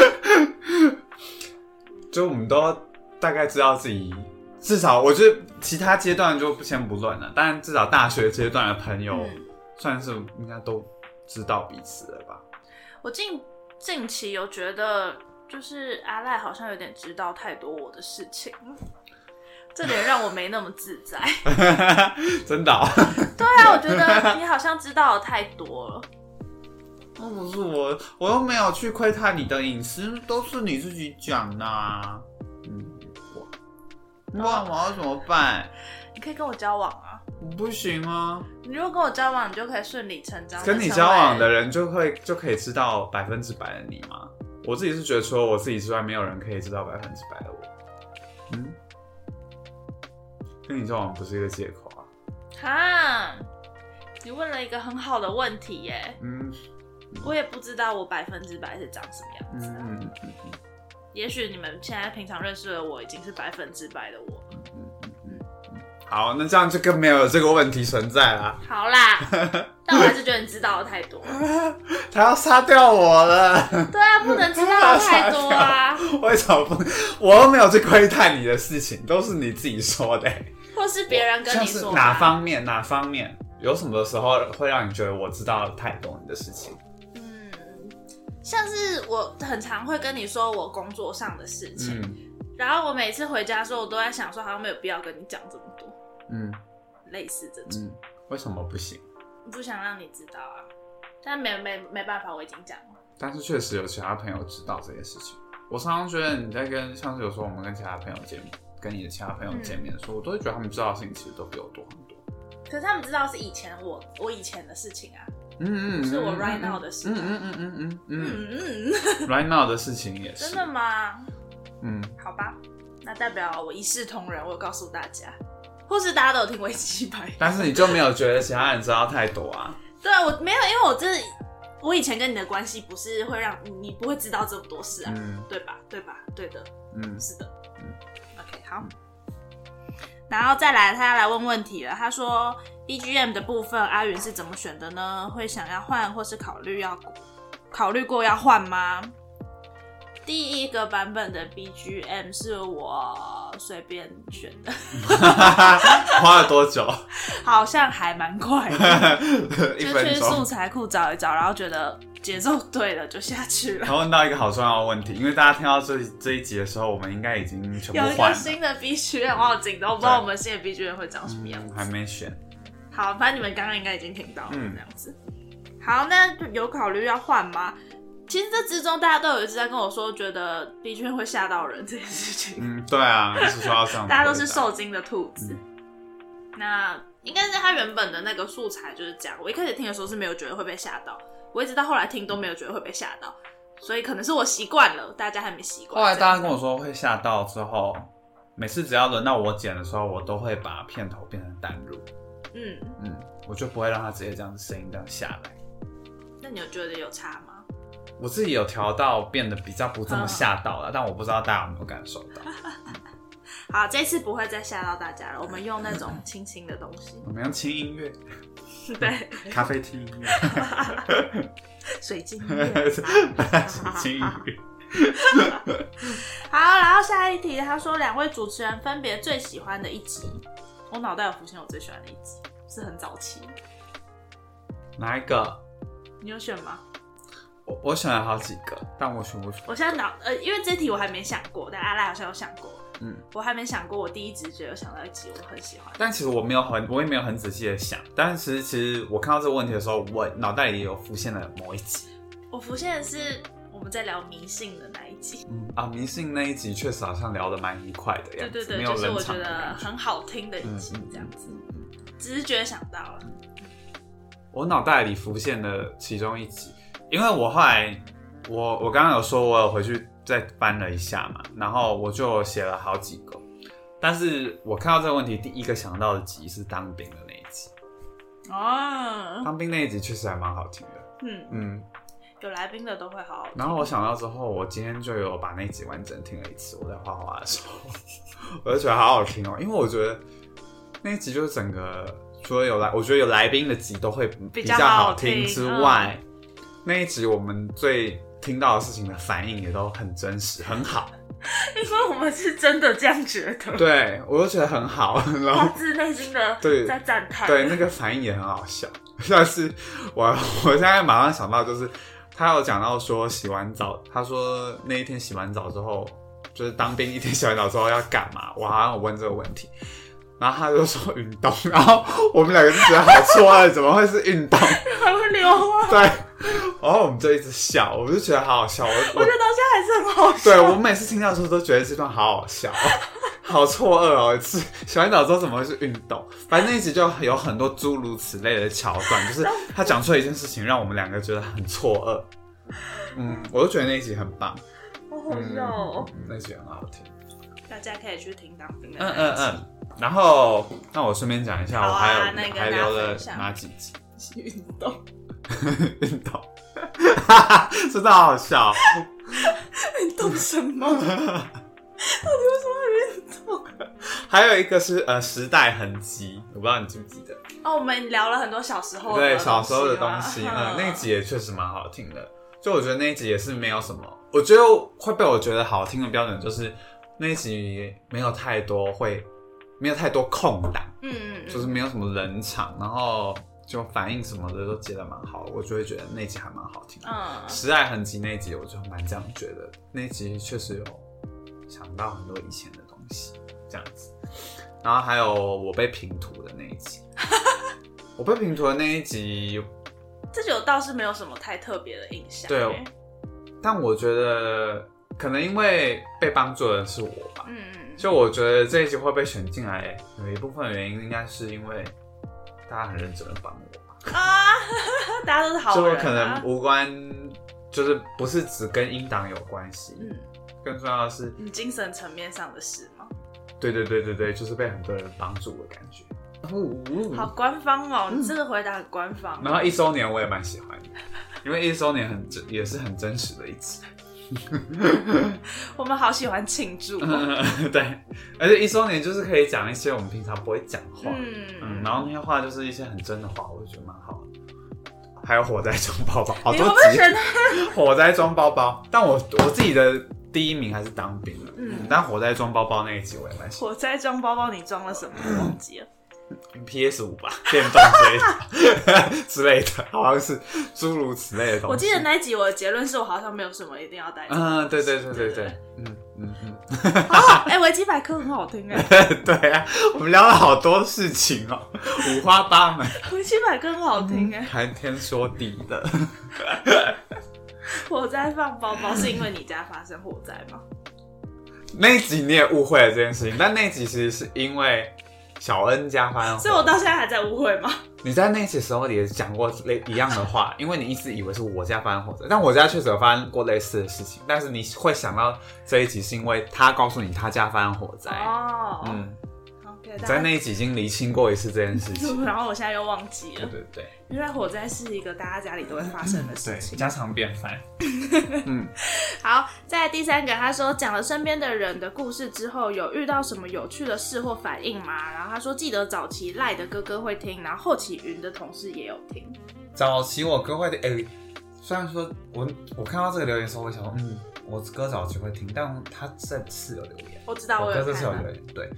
B: 就我们都大概知道自己。至少我觉得其他阶段就先不论了，但至少大学阶段的朋友
A: 嗯
B: 算是应该都知道彼此了吧？
A: 我近近期有觉得，就是阿赖好像有点知道太多我的事情，这点让我没那么自 在。
B: 真的、哦？
A: 对啊，我觉得你好像知道的太多了。
B: 那不是我，我又没有去窥探你的隐私，都是你自己讲的、啊。嗯，我，哇，我要怎么办？
A: 你可以跟我交往啊，
B: 我不行啊！
A: 你如果跟我交往，你就可以顺理成章地
B: 跟你交往
A: 成
B: 的
A: 为
B: 人就会就可以知道百分之百的你吗？我自己是觉得，除了我自己之外，没有人可以知道百分之百的我。嗯，跟你交往不是一个借口啊。
A: 哈。你问了一个很好的问题耶，
B: 嗯
A: 我也不知道我百分之百是长什么样
B: 嗯
A: 子啊、
B: 嗯嗯
A: 也许你们现在平常认识的我已经是百分之百的我了。
B: 好，那这样就更没有这个问题存在啦。
A: 好啦，但我还是觉得你知道的太多了。
B: 他要杀掉我了。
A: 对啊，不能知道的太多啊，
B: 为什么不？我又没有去窥探你的事情，都是你自己说的、
A: 或是别人跟
B: 像
A: 你
B: 是
A: 说
B: 哪
A: 吧。
B: 方面？哪方面？有什么时候会让你觉得我知道太多你的事情？
A: 嗯，像是我很常会跟你说我工作上的事情，
B: 嗯
A: 然后我每次回家的时候，我都在想说好像没有必要跟你讲这么多，
B: 嗯
A: 类似这种，
B: 嗯，为什么不行？
A: 不想让你知道啊。但没没没办法，我已经讲了。
B: 但是确实有其他朋友知道这些事情。我常常觉得你在跟，像是有时候我们跟其他朋友见面，跟你的其他朋友见面的时候，我都会觉得他们知道的事情其实都比我多很多。
A: 可是他们知道是以前我我以前的事情啊，
B: 嗯嗯，
A: 是我
B: 嗯
A: right now 的事啊
B: 嗯嗯嗯嗯
A: 嗯
B: 嗯
A: 嗯，嗯
B: 嗯，right now 的事情也是。
A: 真的？吗？
B: 嗯，
A: 好吧，那代表我一视同仁，我有告诉大家，或是大家都有听维基百科。
B: 但是你就没有觉得其他人知道太多啊？
A: 对我没有，因为我真的，我以前跟你的关系不是会让你你不会知道这么多事啊，
B: 嗯
A: 对吧？对吧？对的，
B: 嗯
A: 是的。
B: 嗯
A: OK，好。然后再来，他来问问题了。他说，BGM 的部分，阿云是怎么选的呢？会想要换，或是考虑要考虑过要换吗？第一个版本的 BGM 是我随便选的，
B: 花了多久？
A: 好像还蛮快的。
B: 一
A: 就
B: 分
A: 去素
B: 钟。
A: 材库找一找，然后觉得节奏对了就下去了。
B: 他问到一个好重要的问题，因为大家听到这这一集的时候，我们应该已经全部
A: 有一个
B: 换了，
A: 新的 B G M，我好紧张，我不知道我们新的 B G M 会长什么样
B: 嗯，还
A: 子。
B: 没选。
A: 好，反正你们刚刚应该已经听到了
B: 嗯
A: 这样子。好，那有考虑要换吗？其实这之中大家都有一直在跟我说，觉得 B G M 会吓到人这件事情，
B: 嗯，对啊，就是说要这样。
A: 大家都是受惊的兔子。
B: 嗯
A: 那应该是他原本的那个素材就是这样。我一开始听的时候是没有觉得会被吓到，我一直到后来听都没有觉得会被吓到，所以可能是我习惯了，大家还没习惯。
B: 后来大家跟我说会吓到之后，每次只要轮到我剪的时候，我都会把片头变成单入，
A: 嗯，
B: 嗯，我就不会让它直接这样子声音这样下来。
A: 那你有觉得有差吗？
B: 我自己有调到变得比较不这么吓到了，但我不知道大家有没有感受到。
A: 好，这次不会再吓到大家了。我们用那种轻轻的东 西，
B: 我们用轻音乐，
A: 对，
B: 咖啡厅音乐，
A: 水晶 液。好
B: 轻音乐。
A: 好，然后下一题，他说两位主持人分别最喜欢的一集，我脑袋有浮现我最喜欢的一集，是很早期。
B: 哪一个？
A: 你有选吗？
B: 我我选了好几个，但我选不出。
A: 我现在脑呃，因为这题我还没想过，但阿赖好像有想过，
B: 嗯，
A: 我还没想过。我第一直觉有想到一集我很喜欢，
B: 但其实我没有很，我也没有很仔细的想。但其实其实我看到这个问题的时候，我脑袋里有浮现了某一集。
A: 我浮现的是我们在聊迷信的那一集。
B: 嗯啊，迷信那一集确实好像聊得蛮愉快的样
A: 对
B: 子，
A: 对对，
B: 没有
A: 就是
B: 冷
A: 我
B: 场
A: 觉
B: 的
A: 得
B: 感觉。
A: 很好听的一集
B: 嗯嗯，嗯
A: 这样子，直觉想到了，
B: 我脑袋里浮现的其中一集，因为我后来我我刚刚有说，我有回去再翻了一下嘛，然后我就写了好几个，但是我看到这个问题，第一个想到的集是当兵的那一集，
A: 哦，
B: 当兵那一集确实还蛮好听的，
A: 嗯，
B: 嗯，
A: 有来宾的都会好好
B: 然后我想到之后，我今天就有把那一集完整听了一次，我在画画的时候， 我就觉得好好听哦，因为我觉得那一集就是整个除了有来，我觉得有来宾的集都会比
A: 较
B: 好
A: 好
B: 听
A: 听
B: 之外，那一集我们最听到的事情的反应也都很真实，很好。
A: 因为我们是真的这样觉得，
B: 对，我就觉得很好， 然
A: 发
B: 后
A: 自内心的
B: 对
A: 在赞叹，
B: 对那个反应也很好笑。 但是我我现在马上想到，就是他有讲到说洗完澡，他说那一天洗完澡之后，就是当兵一天洗完澡之后要干嘛？我好像有问这个问题，然后他就说运动，然后我们两个就觉得好错愕，怎么会是运动？
A: 还会流啊，
B: 对，然后我们就一直笑，我就觉得好好笑，我
A: 我
B: 我
A: 觉得到现在还是很好笑。
B: 对我每次听到的时候都觉得这段好好笑，哦 好错愕哦！是洗完澡之后怎么会是运动？反正那一集就有很多诸如此类的桥段，就是他讲出了一件事情，让我们两个觉得很错愕。嗯，我就觉得那一集很棒，
A: 好好笑哦！
B: 嗯那一集很好听。
A: 大家可以去听当兵的
B: 嗯
A: 那一集。
B: 嗯嗯。然后，那我顺便讲一下，
A: 好啊
B: 我还有、
A: 那你跟
B: 还
A: 大家
B: 留了
A: 分享
B: 哪几集
A: 运动，
B: 运动， 哈哈，真的好好笑。哦
A: 运动什 么？到底为什么要运动？
B: 还有一个是呃时代痕迹，我不知道你记不记得。
A: 哦，我们聊哦了很多小时候的
B: 对
A: 东西
B: 小时候的
A: 嘛
B: 东西，嗯
A: 嗯，，
B: 那一集也确实蛮好听的。就我觉得那一集也是没有什么，我觉得会被我觉得好听的标准就是那一集没有太多会，没有太多空档，
A: 嗯，嗯嗯，
B: 就是没有什么冷场，然后就反应什么的都接的蛮好的，我就会觉得那一集还蛮好听的。
A: 嗯，
B: 时代痕迹那一集，我就蛮这样觉得，那一集确实有想到很多以前的东西，这样子。然后还有我被平图的那一 集，我被平图的那一集，
A: 这集我倒是没有什么太特别的印象。
B: 对哦
A: 欸
B: 但我觉得可能因为被帮助的人是我吧，
A: 嗯嗯，嗯
B: 就我觉得这一集会被选进来，有一部分原因应该是因为大家很认真的帮我吧，
A: 啊， 大家都是好
B: 就
A: 人、啊，
B: 可能无关，就是不是只跟音档有关系，
A: 嗯，
B: 更重要的是
A: 你精神层面上的事吗？
B: 对对对对对，就是被很多人帮助的感觉。
A: 好官方哦，你这个回答很官方。
B: 嗯然后一周年我也蛮喜欢的，因为一周年很真，也是很真实的一集。
A: 我们好喜欢庆祝、
B: 嗯
A: 哦，
B: 对，而且一周年就是可以讲一些我们平常不会讲话，嗯
A: 嗯，
B: 然后那些话就是一些很真的话，我就觉得蛮好的。还有火灾装包包，好
A: 你
B: 多
A: 会不会
B: 集
A: 选他？
B: 火灾装包包，但我我自己的第一名还是当兵的，嗯
A: 嗯，
B: 但火灾装包包那一集我也蛮喜
A: 火灾装包包，你装了什么？我忘记
B: 嗯
A: 了。
B: 欢，PS 五吧， 电动之类的之类的，好像是诸如此类的东西。
A: 我记得那一集我的结论是我好像没有什么一定要带。
B: 嗯，对对对对对，嗯嗯嗯，
A: 哦，哎，维基百科很好听 哎，
B: 对啊，我们聊了好多事情哦，五花八 门，
A: 维基百科很好听哎。
B: 谈天说地的。
A: 火灾放包包是因为你家发生火灾吗？
B: 那一集你也误会了这件事情，但那一集其实是因为小恩加班，
A: 所以我到现在还在误会吗？
B: 你在那一集时候也讲过类一样的话，因为你一直以为是我家发生火灾，但我家确实有发生过类似的事情，但是你会想到这一集是因为他告诉你他家发生火灾，
A: 哦，
B: 嗯，
A: OK，
B: 你
A: 大
B: 在
A: 家
B: 那一集已经厘清过一次这件事 情，
A: 然后我现在又忘记
B: 对
A: 了，
B: 对对。
A: 原来火灾是一个大家家里都会发生的事
B: 对，
A: 情。
B: 家常便饭。嗯，
A: 好，在第三个，他说讲了身边的人的故事之后，有遇到什么有趣的事或反应吗？然后他说记得早期赖的哥哥会听，然后后期云的同事也有听。
B: 早期我歌会听，哎、虽然说我我看到这个留言的时候，我想说，嗯，我歌早期会听，但他这次有留言，
A: 我知道
B: 我
A: 我
B: 歌
A: 有
B: 哦这次
A: 看
B: 有
A: 到
B: 留言，对，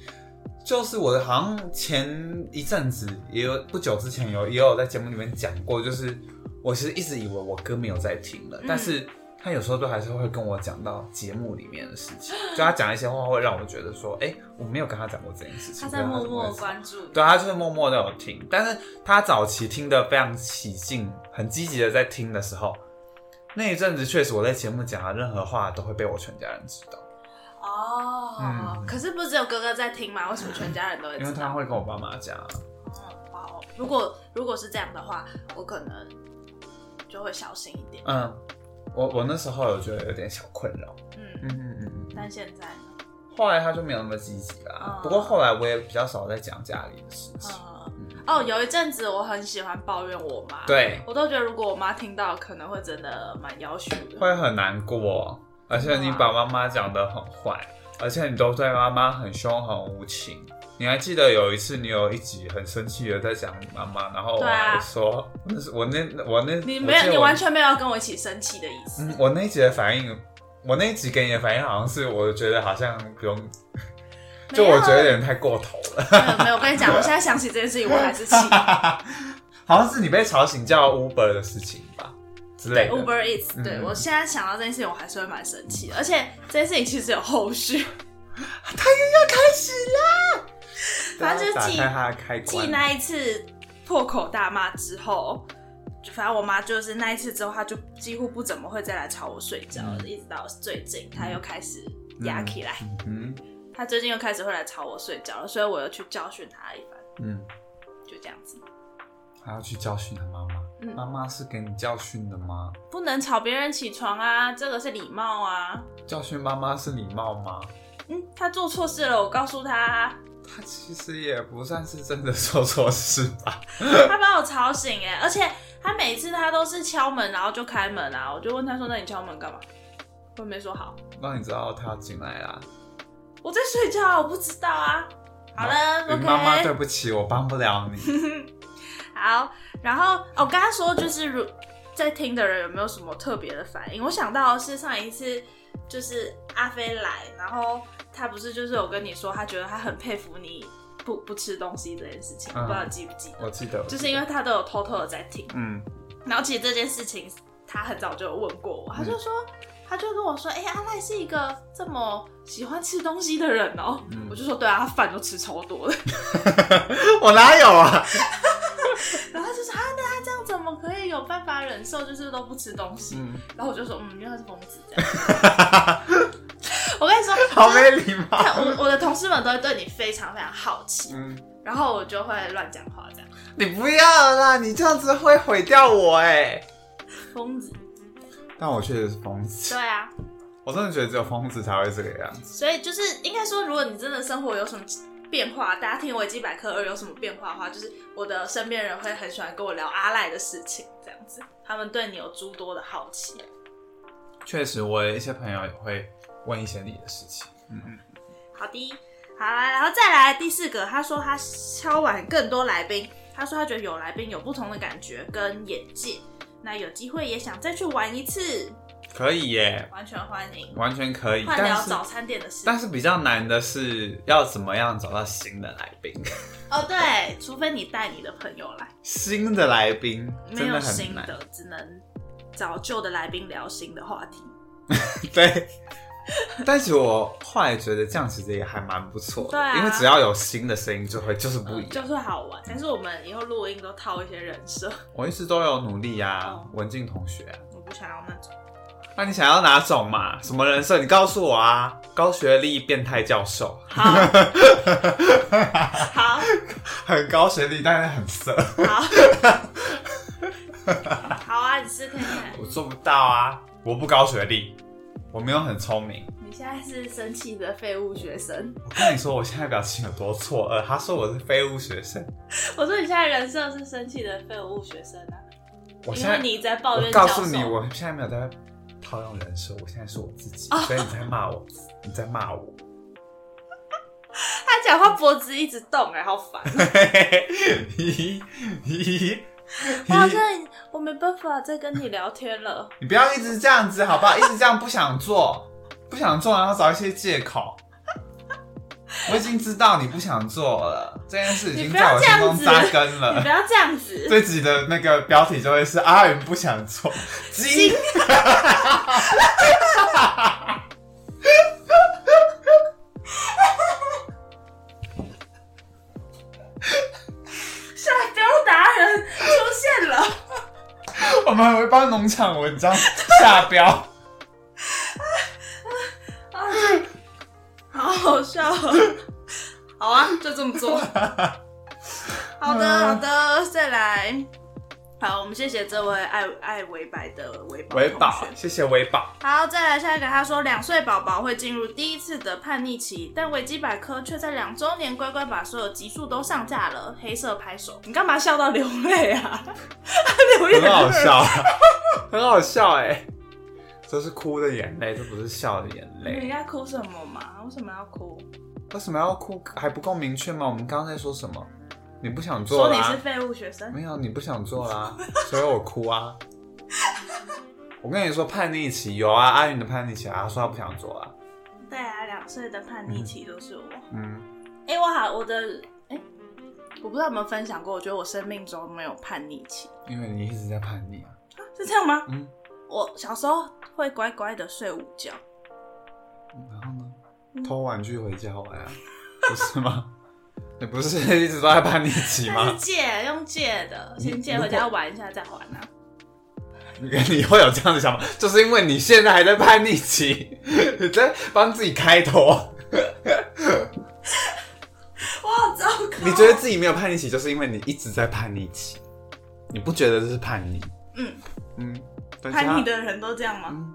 B: 就是我的好像前一阵子也有不久之前有也有在节目里面讲过，就是我其实一直以为我歌没有在听了，
A: 嗯
B: 但是。他有时候都还是会跟我讲到节目里面的事情，就他讲一些话会让我觉得说，哎、我没有跟他讲过这件事情。
A: 他在
B: 不知道
A: 默
B: 怎么
A: 默
B: 会知道
A: 关注你。
B: 对，啊他就是默默的有听，但是他早期听的非常起劲，很积极的在听的时候，那一阵子确实我在节目讲的任何话都会被我全家人知道，
A: 哦、
B: 嗯
A: 可是不是只有哥哥在听吗？为什么全家人都会
B: 因
A: 知
B: 为他
A: 道？
B: 会跟我爸妈讲啊，
A: 嗯，哇哦，如果如果是这样的话，我可能就会小心一点。
B: 嗯，我我那时候有觉得有点小困扰，
A: 嗯，
B: 嗯嗯嗯嗯。
A: 但现在呢？
B: 后来他就没有那么积极啦
A: 嗯，
B: 不过后来我也比较少在讲家里的事情。
A: 呃，哦，有一阵子我很喜欢抱怨我妈，，
B: 对，
A: 我都觉得如果我妈听到，可能会真的蛮要求的。
B: 会啊很难过，而且你把妈妈讲得很坏，而且你都对妈妈很凶很无情。你还记得有一次你有一集很生气的在讲你妈妈，然后我
A: 对啊
B: 还说，那是我那我那
A: 你
B: 我
A: 没
B: 记
A: 有，
B: 得
A: 你
B: 我
A: 完全没有要跟我一起生气的意思。
B: 嗯，我那一集的反应，我那一集给你的反应好像是我觉得好像不用，
A: 啊
B: 就我觉得有点太过头了。
A: 没有，没有，我跟你讲，我现在想起这件事情，我还是 气。
B: 好像是你被吵醒叫 Uber 的事情吧之类
A: 对
B: 的。
A: Uber Eats，
B: 嗯
A: 对我现在想到这件事情，我还是会蛮生气的。而且这件事情其实有后 续，
B: 开始啦，
A: 反正就是
B: 啊打
A: 记
B: 开它的开
A: 继
B: 关。
A: 那一次破口大骂之后，就反正我妈就是那一次之后，她就几乎不怎么会再来吵我睡觉了，
B: 嗯
A: 一直到最近她又开始压起来，
B: 嗯
A: 她最近又开始会来吵我睡觉了，所以我又去教训她一番，
B: 嗯，
A: 就这样子，
B: 还要去教训他妈妈。
A: 嗯
B: 妈妈是给你教训的吗？
A: 不能吵别人起床啊，这个是礼貌啊。
B: 教训妈妈是礼貌吗？
A: 嗯，她做错事了，我告诉她，
B: 他其实也不算是真的做错事吧。
A: 她把我吵醒哎、 而且她每次她都是敲门然后就开门啊，我就问她说，那你敲门干嘛？我没说好。
B: 让你知道他要进来啊啦。
A: 我在睡觉啊，我不知道啊。好了
B: 嗯妈妈，对
A: ，OK，
B: 不起，我帮不了你。
A: 好。然后哦我刚刚说就是如在听的人有没有什么特别的反应？我想到的是上一次就是阿飞来，然后他不是就是有跟你说他觉得他很佩服你不不吃东西这件事情，
B: 嗯
A: 我不知道你记不记得？
B: 我记得，
A: 就是因为他都有偷偷的在听，
B: 嗯，
A: 然后其实这件事情他很早就有问过我，他就说。他就跟我说：“哎、阿赖是一个这么喜欢吃东西的人哦、
B: 嗯
A: 我就说：“对啊，他饭都吃超多的。”
B: 我哪有啊？
A: 然后他就说啊，那他这样怎么可以有办法忍受，就是都不吃东西？
B: 嗯，
A: 然后我就说，嗯，因为他是疯子这样。 我跟你说，
B: 好没礼貌。
A: 看我我的同事们都会对你非常非常好奇，
B: 嗯，
A: 然后我就会乱讲话这样，
B: 你不要啦，你这样子会毁掉我哎、
A: 疯子，
B: 但我确实是疯子
A: 对，啊，
B: 我真的觉得只有疯子才会这个样子。
A: 所以就是应该说，如果你真的生活有什么。变化，大家听维基百科二有什么变化的话，就是我的身边人会很喜欢跟我聊阿赖的事情，这样子，他们对你有诸多的好奇。
B: 确实，我有一些朋友也会问一些你的事情。嗯嗯，
A: 好的，好啦，然后再来第四个，他说他敲完更多来宾，他说他觉得有来宾有不同的感觉跟眼界，那有机会也想再去玩一次，
B: 可以耶，
A: 完全欢迎。
B: 完全可以。
A: 换
B: 哎但
A: 聊
B: 是
A: 早餐店的事，
B: 但是比较难的是要怎么样找到新的来宾，
A: 哦对，除非你带你的朋友来，
B: 新的来宾
A: 没
B: 真
A: 有
B: 的
A: 新
B: 很难。
A: 的，只能找旧的来宾聊新的话题。
B: 对。 但是我后来觉得这样其实也还蛮不错的，
A: 对啊嗯
B: 因为只要有新的声音就会就是不一样。
A: 就是好玩，但是我们以后录音都套一些人 设，
B: 我一直都有努力呀、啊
A: 哦，
B: 文静同学、啊。
A: 我不想要那种。
B: 那你想要哪种嘛？什么人设？你告诉我啊！高学历变态教授，
A: 好，好，
B: 很高学历，但是很色，
A: 好，好啊，你试看看。
B: 我做不到啊！我不高学历，我没有很聪明。
A: 你现在是生气的废物学生。
B: 我跟你说，我现在表情有多错愕。他说我是废物学生，
A: 我说你现在人设是生气的废物学生啊，
B: 我现
A: 因为
B: 在
A: 你一直在抱
B: 我
A: 怨教
B: 告
A: 授。
B: 诉你，我现在没有在套用人设，我现在是我自己，所以你在骂我，你在骂我。
A: 他讲话脖子一直动、哎，好烦。
B: 嘿嘿
A: 我好像我没办法再跟你聊天 了。
B: 你不要一直这样子好不好？一直这样不想做，不想做，然后找一些借 口。我已经知道你不想做了，这件事已经在我心中扎根
A: 你不
B: 了。
A: 要这样子，
B: 这集的那个标题就会是阿云不想做，金，
A: 下标达人出现了。
B: 我们还会帮农场文章下 标。
A: 好好笑、哦。
B: 嗯
A: 好啊，就这么做。好的，好的，再来。好，我们谢谢这位爱爱维白的维宝
B: 维
A: 同
B: 宝
A: 学。，
B: 谢谢维宝。
A: 好，再来下一个，他说两岁宝宝会进入第一次的叛逆期，但维基百科却在两周年乖乖把所有集数都上架了，黑色拍手。你干嘛笑到流泪啊？流眼泪
B: 很 好笑，很好笑哎、
A: 欸
B: 这是哭的眼泪，这不是笑的眼
A: 你
B: 泪。
A: 在哭啊什么嘛？为什么要哭？
B: 为什么要哭？还不够明确吗？我们刚刚在说什么？你不想
A: 说
B: 做啦、
A: 你是废物学生？
B: 没有，你不想做啦、 所以我哭啊。我跟你说，叛逆期有啊，阿云的叛逆期啊，她说她不想做啊。
A: 对啊，两岁的叛逆期都是我。
B: 嗯，
A: 哎、我好，我的哎、我不知道有没有分享过，我觉得我生命中没有叛逆期，
B: 因为你一直在叛逆啊。
A: 啊是这样吗？
B: 嗯，
A: 我小时候会乖乖的睡午觉，
B: 然后
A: 嗯
B: 呢？偷玩具回家玩啊？不是吗？你不是 一直都在叛逆期
A: 但是
B: 吗？
A: 借用借的，
B: 你
A: 先借回家玩一下再还啊。
B: 你你会有这样的想法，就是因为你现在还在叛逆期，你在帮自己开脱。
A: 哇，好糟糕！
B: 你觉得自己没有叛逆期，就是因为你一直在叛逆期，你不觉得这是叛逆？
A: 嗯
B: 嗯，但其他
A: 叛逆的人都这样吗？
B: 嗯，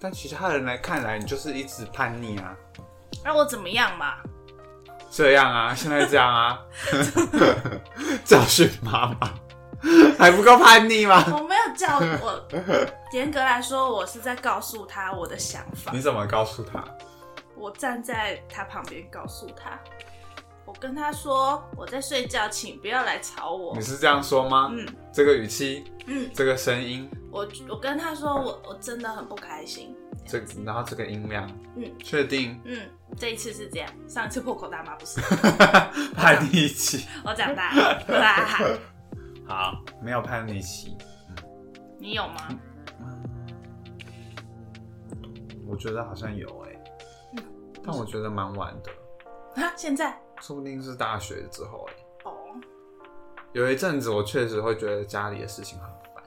B: 但其他人来看来，你就是一直叛逆啊，
A: 那我怎么样嘛？
B: 这样啊，现在这样啊， 教训妈妈还不够叛逆吗？
A: 我没有叫我，严格来说，我是在告诉他我的想法。
B: 你怎么告诉他？
A: 我站在他旁边告诉他，我跟他说我在睡觉，请不要来吵我
B: 你。是这样说吗？
A: 嗯
B: 这个语气，
A: 嗯，
B: 这个声音，
A: 我我跟他说我我真的很不开心。
B: 这然后这个音量，
A: 嗯
B: 确定
A: 嗯，这一次是这样，上一次破口大骂不是
B: 叛逆期？
A: 我长大了，哈哈哈
B: 好，没有叛逆期。
A: 你有吗？
B: 我觉得好像有哎、
A: 嗯
B: 但我觉得蛮晚的，
A: 啊，现在
B: 说不定是大学之后哎、
A: 哦，
B: 有一阵子我确实会觉得家里的事情很烦，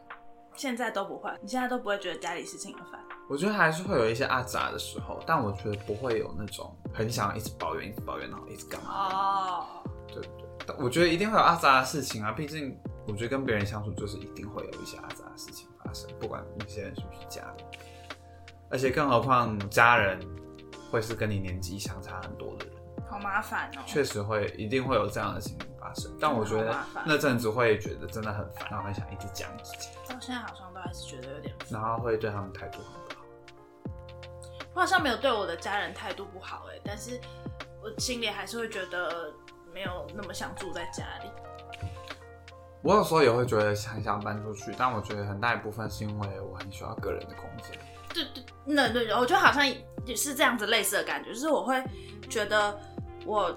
A: 现在都不会，你现在都不会觉得家里事情很烦。
B: 我觉得还是会有一些阿杂的时候，但我觉得不会有那种很想一直抱怨、一直抱怨，然后一直干嘛，
A: 哦，
B: 对不对？但我觉得一定会有阿杂的事情啊，毕竟我觉得跟别人相处就是一定会有一些阿杂的事情发生，不管那些人是不是家人，而且更何况家人会是跟你年纪相差很多的人。
A: 好麻烦哦。
B: 确实会，一定会有这样的情形发生。但我觉
A: 真的
B: 得
A: 好麻烦
B: 那阵子会觉得真的很烦，然后很想一直讲一直讲，
A: 到哦现在好像都还是觉得有点烦。
B: 然后会对他们态度很不好。
A: 我好像没有对我的家人态度不好哎、但是我心里还是会觉得没有那么想住在家里。
B: 我有时候也会觉得很想搬出去，但我觉得很大一部分是因为我很需要个人的空间。
A: 对对，那对，我觉得好像也是这样子类似的感觉，就是我会觉得我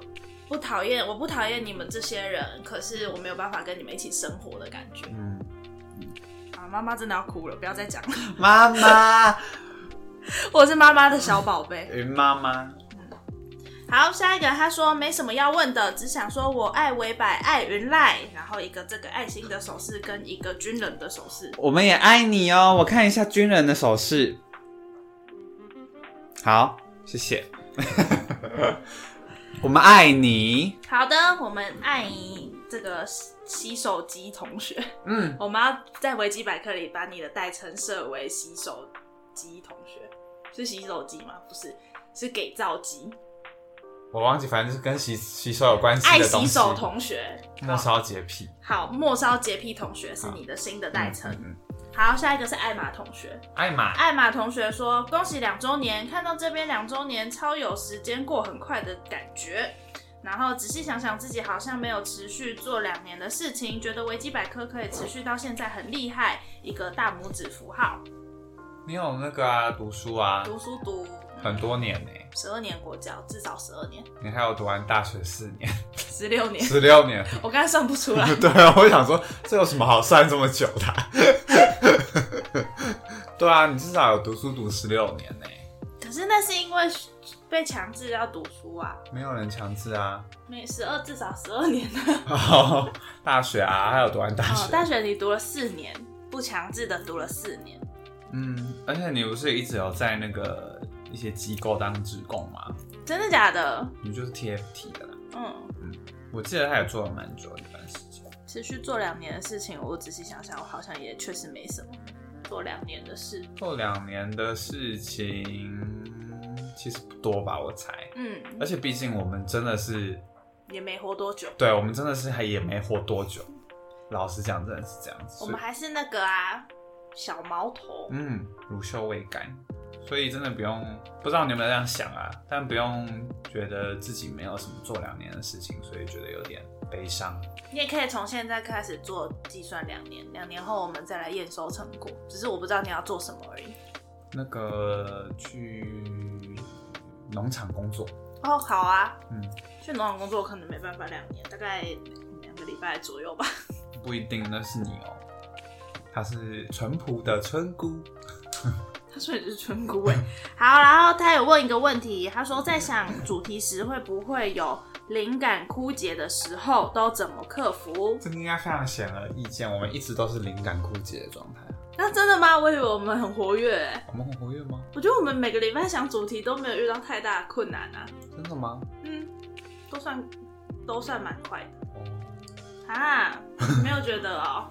A: 不讨厌，我不讨厌你们这些人，可是我没有办法跟你们一起生活的感觉。
B: 嗯，
A: 啊，妈妈真的要哭了，不要再讲了，
B: 妈妈，
A: 我是妈妈的小宝贝。
B: 云妈妈，
A: 好，下一个他说没什么要问的，只想说我爱维百，爱云赖，然后一个这个爱心的手势跟一个军人的手势。
B: 我们也爱你哦。我看一下军人的手势，好，谢谢。 我们爱你。
A: 好的，我们爱这个洗手机同学，
B: 嗯，
A: 我们要在维基百科里把你的代称设为洗手机同学，是洗手机吗？不是，是给皂机，
B: 我忘记，反正是跟洗洗手有关系
A: 爱
B: 的东
A: 洗
B: 西。
A: 手同学。
B: 那时候洁癖。
A: 好，末梢洁癖同学是你的新的代称。
B: 嗯
A: 好，下一个是艾玛同学。
B: 艾玛，
A: 艾玛同学说：“恭喜两周年，看到这边两周年超有时间过很快的感觉。然后仔细想想，自己好像没有持续做两年的事情，觉得维基百科可以持续到现在很厉害，一个大拇指符号。
B: 你有那个啊，读书啊，
A: 读书读
B: 很多年呢、
A: 十二年国教，至少十二年，
B: 你还有读完大学四年、
A: 十六年，
B: 十六年，。
A: 我刚才算不出来
B: 对啊，我想说这有什么好算这么久的啊、 对啊，你至少有读书读十六年呢、
A: 可是那是因为被强制要读书啊，
B: 没有人强制啊。
A: 每十二至少十二年啊。
B: 哦，大学啊，还有读完大
A: 哦
B: 学，，
A: 大学你读了四年，不强制的读了四年。”
B: 嗯，而且你不是一直有在那个一些机构当职工吗？
A: 真的假的？
B: 你就是 TFT 的啦。
A: 嗯，
B: 我记得他也做了蛮久一段时间，
A: 持续做两年的事情，我仔细想想，我好像也确实没什么做两年的事。
B: 做两年的事情其实不多吧，我猜。
A: 嗯，
B: 而且毕竟我们真的是，
A: 也没活多久。
B: 对我们真的是还也没活多久。老实讲，真的是这样子。
A: 我
B: 所以
A: 们还是那个啊，小毛头。
B: 嗯，乳臭未干，所以真的不用，不知道你有没有这样想啊？但不用觉得自己没有什么做两年的事情，所以觉得有点悲伤。
A: 你也可以从现在开始做计算两年，两年后我们再来验收成果。只是我不知道你要做什么而已。
B: 那个去农场工作，
A: 哦，好啊，
B: 嗯，
A: 去农场工作可能没办法两年，大概两个礼拜左右吧。
B: 不一定那是你哦、她是淳朴的村姑，
A: 他说你是村姑哎。好，然后他有问一个问题，他说在想主题时会不会有灵感枯竭的时候，都怎么克服？
B: 这个应该非常显而易见。我们一直都是灵感枯竭的状态。
A: 那真的吗？我以为我们很活跃哎，
B: 我们很活跃吗？
A: 我觉得我们每个礼拜想主题都没有遇到太大的困难啊，
B: 真的吗？
A: 嗯，都算都算蛮快的
B: 哦，
A: 啊，没有觉得 哦，啊，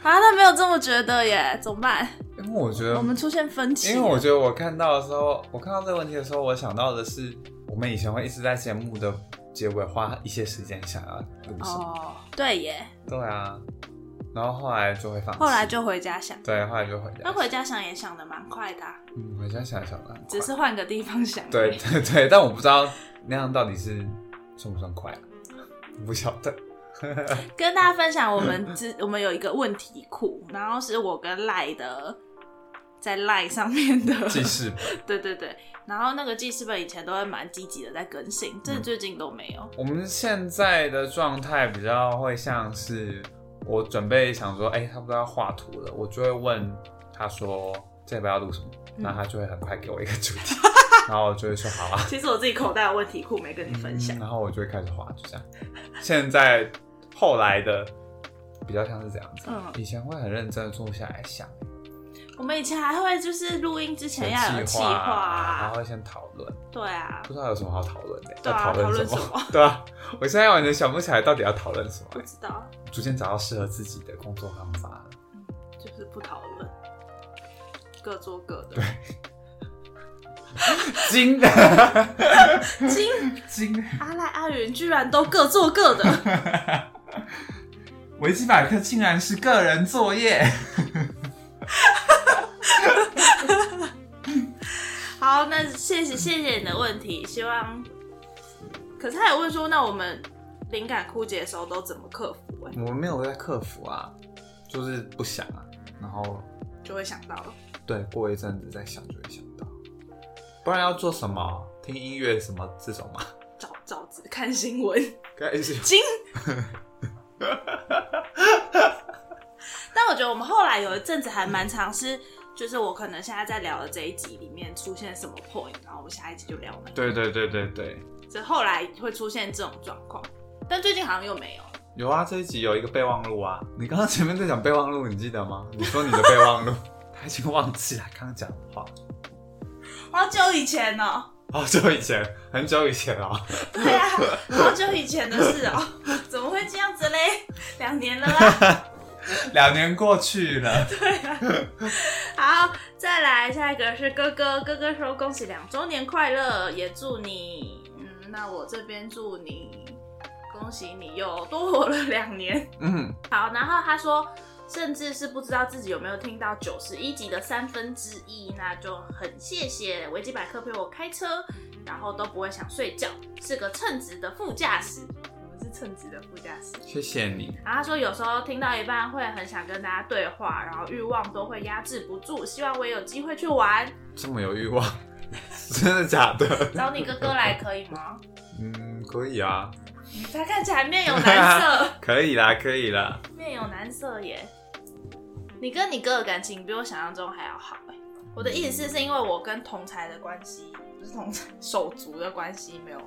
A: 他没有这么觉得耶，怎么办？
B: 因为我觉得
A: 我们出现分歧了，
B: 因为我觉得我看到的时候，我看到这个问题的时候，我想到的是，我们以前会一直在节目的结尾花一些时间想要录什么，
A: 哦，对耶，
B: 对啊，然后后来就会放弃，
A: 后来就回家想，
B: 对，后来就回
A: 那
B: 家，
A: 回家想也想的蛮快的啊、
B: 嗯，回家想一想啊，
A: 只是换个地方想。
B: 对，对对，但我不知道那样到底是算不算快、啊，不晓 得，
A: 跟大家分享我们之我们有一个问题库，然后是我跟赖的在赖上面的，
B: 记事本，
A: 对对对，然后那个记事本以前都会蛮积极的在更新，这
B: 嗯
A: 最近都没有。
B: 我们现在的状态比较会像是我准备想说，哎、差不多要画图了，我就会问他说这礼拜要录什么，
A: 嗯
B: 那他就会很快给我一个主题，然后我就会说好啊，
A: 其实我自己口袋有问题库没跟你 分享
B: 嗯，然后我就会开始画，就这样。现在后来的比较像是这样子，
A: 嗯
B: 以前会很认真的坐下来想，
A: 我们以前还会就是录音之前要有
B: 有
A: 计
B: 计
A: 划
B: 划啊，然
A: 啊，
B: 后先讨论，
A: 对啊，
B: 不知道有什么好讨论的，
A: 对
B: 要
A: 啊
B: 讨论
A: 讨论什么
B: 对啊，我现在完全想不起来到底要讨论什么、
A: 不知道，
B: 逐渐找到适合自己的工作方 法了。
A: 就是不讨论，各做各的。
B: 金
A: 金
B: 金，
A: 阿赖阿云居然都各做各的，
B: 维基百科竟然是个人作业。
A: 好，那谢谢谢谢你的问题，希望。可是他也问说，那我们灵感枯竭的时候都怎么克服、欸？
B: 我们没有在克服啊，就是不想啊，然后
A: 就会想到了，
B: 对，过一阵子再想就会想到，不然要做什么？听音乐什么这种吗？
A: 找找子看新闻。
B: 开始
A: 金。 但我觉得我们后来有一阵子还蛮尝试，就是我可能现在在聊的这一集里面出现什么 point，然后我们下一集就聊那个。
B: 对对对对对，
A: 这后来会出现这种状况，但最近好像又没有。
B: 有啊，这一集有一个备忘录啊，你刚刚前面在讲备忘录，你记得吗？你说你的备忘 录，他已经忘记了刚刚讲的话，
A: 好久以前哦、
B: 好久以前，很久以前啊、
A: 对 啊，好久以前的事哦、怎么会这样子嘞？两年了啦。
B: 两年过去了。
A: 好，再来下一个是哥哥，哥哥说恭喜两周年快乐，也祝你，嗯，那我这边祝你，恭喜你又多活了两年。
B: 嗯，
A: 好，然后他说。甚至是不知道自己有没有听到九十一集的三分之一，那就很谢谢维基百科陪我开车，然后都不会想睡觉，是个称职的副驾驶。我嗯们是称职的副驾驶。
B: 谢谢你。
A: 然后他说有时候听到一半会很想跟大家对话，然后欲望都会压制不住，希望我也有机会去玩。
B: 这么有欲望， 真的假的？
A: 找你哥哥来可以 吗？
B: 嗯，可以啊，
A: 他看起来面有难色，
B: 可以啦，可以啦。
A: 面有难色耶。你跟你哥的感情比我想象中还要好哎。我的意思是，是因为我跟同才的关系，不是同才手足的关系，没有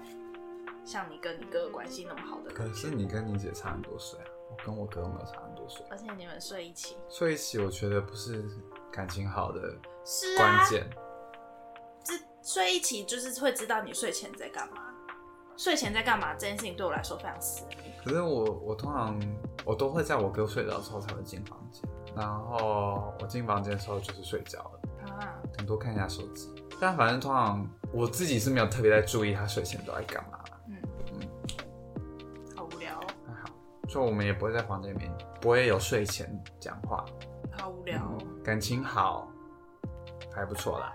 A: 像你跟你哥的关系那么好的感
B: 可
A: 觉。
B: 是你跟你姐差很多岁啊，我跟我哥没有差很多岁，
A: 而且你们睡一起，
B: 所以其实我觉得不是感情好的
A: 是啊
B: 关，键，
A: 这睡一起就是会知道你睡前在干嘛。睡前在干嘛这件事情对我来说非常私密。
B: 可是我我通常我都会在我哥睡着的时候才会进房间，然后我进房间的时候就是睡觉了，
A: 啊，
B: 顶多看一下手机。但反正通常我自己是没有特别在注意他睡前都在干嘛啦，
A: 嗯，好无聊哦，
B: 还好，所以我们也不会在房间里面不会有睡前讲话，
A: 好无聊哦。
B: 感情好还不错啦。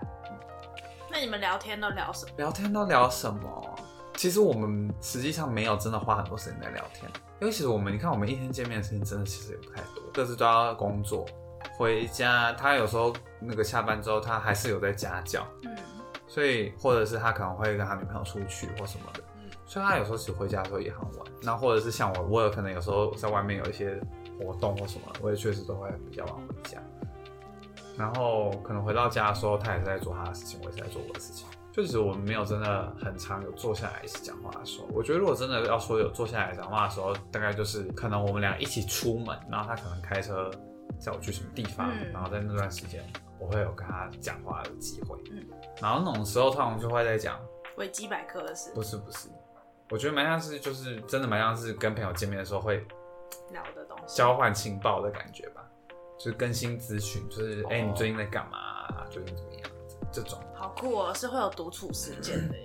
A: 那你们聊天都聊什么？
B: 聊天都聊什么？其实我们实际上没有真的花很多时间在聊天，因为其实我们你看我们一天见面的时间真的其实也不太多，各自都要工作，回家他有时候那个下班之后他还是有在家教，
A: 嗯
B: 所以或者是他可能会跟他女朋友出去或什么的，
A: 嗯
B: 所以他有时候其实回家的时候也很晚。那或者是像我，我有可能有时候在外面有一些活动或什么，我也确实都会比较晚回家。然后可能回到家的时候，他也是在做他的事情，我也是在做我的事情。就其实我们没有真的很常有坐下来一起讲话的时候。我觉得如果真的要说有坐下来讲话的时候，大概就是可能我们俩一起出门，然后他可能开车载我去什么地方，
A: 嗯
B: 然后在那段时间我会有跟他讲话的机会。
A: 嗯
B: 然后那种时候，通常就会在讲，
A: 维基百科的事
B: 不是不是，我觉得蛮像是就是真的蛮像是跟朋友见面的时候会
A: 聊的东西。
B: 交换情报的感觉吧，就是更新资讯，就是哎、你最近在干嘛啊、最近怎么样这种，
A: 好酷哦，是会有独处时间的耶。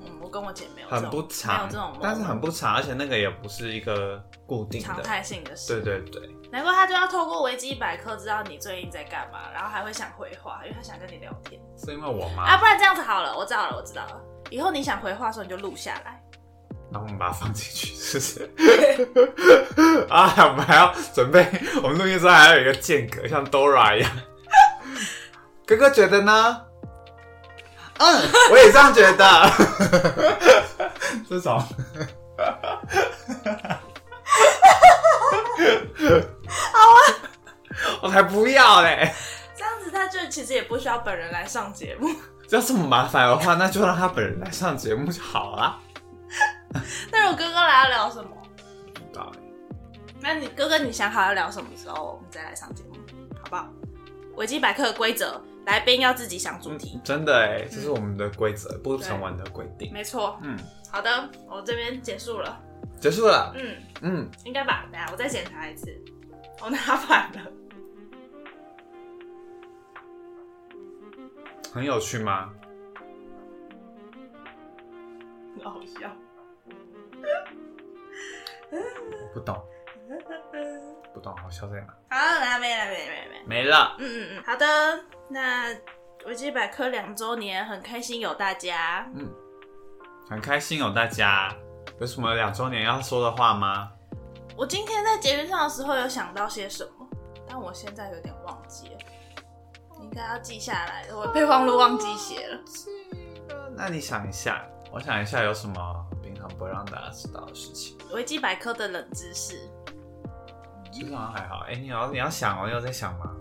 A: 嗯，我跟我姐没有这种，
B: 很不
A: 没有
B: 长
A: 这种，，
B: 但是很不长，而且那个也不是一个固定
A: 常
B: 的，
A: 态性的事。
B: 对对对，
A: 难怪他就要透过维基百科知道你最近在干嘛，然后还会想回话，因为他想跟你聊天
B: 是因为我妈，
A: 啊。不然这样子好了，我知道了，我知道了。以后你想回话的时候你就录下来，
B: 然后我们把它放进去，是不是？ 啊，我们还要准备，我们录音的时候还要有一个间隔，像 Dora 一样。哥哥觉得呢？嗯， 我也这样觉得。这种好啊， 我才不要嘞！
A: 这样子他就其实也不需要本人来上节目，
B: 要这么麻烦的话，那就让他本人来上节目就好了。
A: 那如果哥哥来要聊什么？
B: 不知道欸
A: 那你哥哥，你想好要聊什么时候，我们再来上节目，好不好？维基百科的规则，来宾要自己想主题。
B: 真的哎，这是我们的规则，不成文的规定。
A: 没错，
B: 嗯，
A: 好的，我这边结束了。
B: 结束了。
A: 嗯，
B: 嗯，
A: 应该吧？等一下我再检查一次。我拿反了，
B: 很有趣吗？
A: 很好笑。
B: 不懂，不懂，好笑在哪？
A: 好，来没来没没没。
B: 没了。
A: 嗯嗯嗯，好的。那维基百科两周年，很开心有大家。
B: 很开心哦，大家有什么两周年要说的话吗？
A: 我今天在节目上的时候有想到些什么，但我现在有点忘记了，应该要记下来。我备忘录忘记写了。
B: 那你想一下，我想一下有什么平常不会让大家知道的事情。
A: 维基百科的冷知识，
B: 其实好像还好。哎、你要你要想哦，你有在想吗？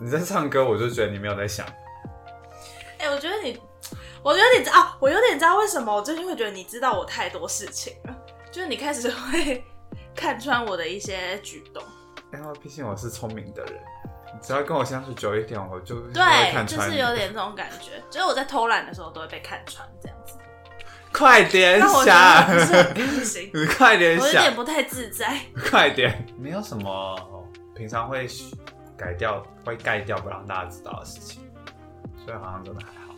B: 你在唱歌，我就觉得你没有在想。
A: 哎、我觉得你，我觉得你啊，我有点知道为什么我最近会觉得你知道我太多事情了，就是你开始会看穿我的一些举动。
B: 然后毕竟哎我是聪明的人，你只要跟我相处久一点，我就不会
A: 对，
B: 看
A: 就
B: 穿你。
A: 是有点这种感觉，就是我在偷懒的时候都会被看穿这样子，
B: 快点
A: 让我觉得不是很
B: 想，，
A: 开心
B: 你快点
A: 我有点
B: 想，
A: 不太自在。
B: 快点！没有什么哦平常会改掉、会盖掉不让大家知道的事情，所以好像真的还好。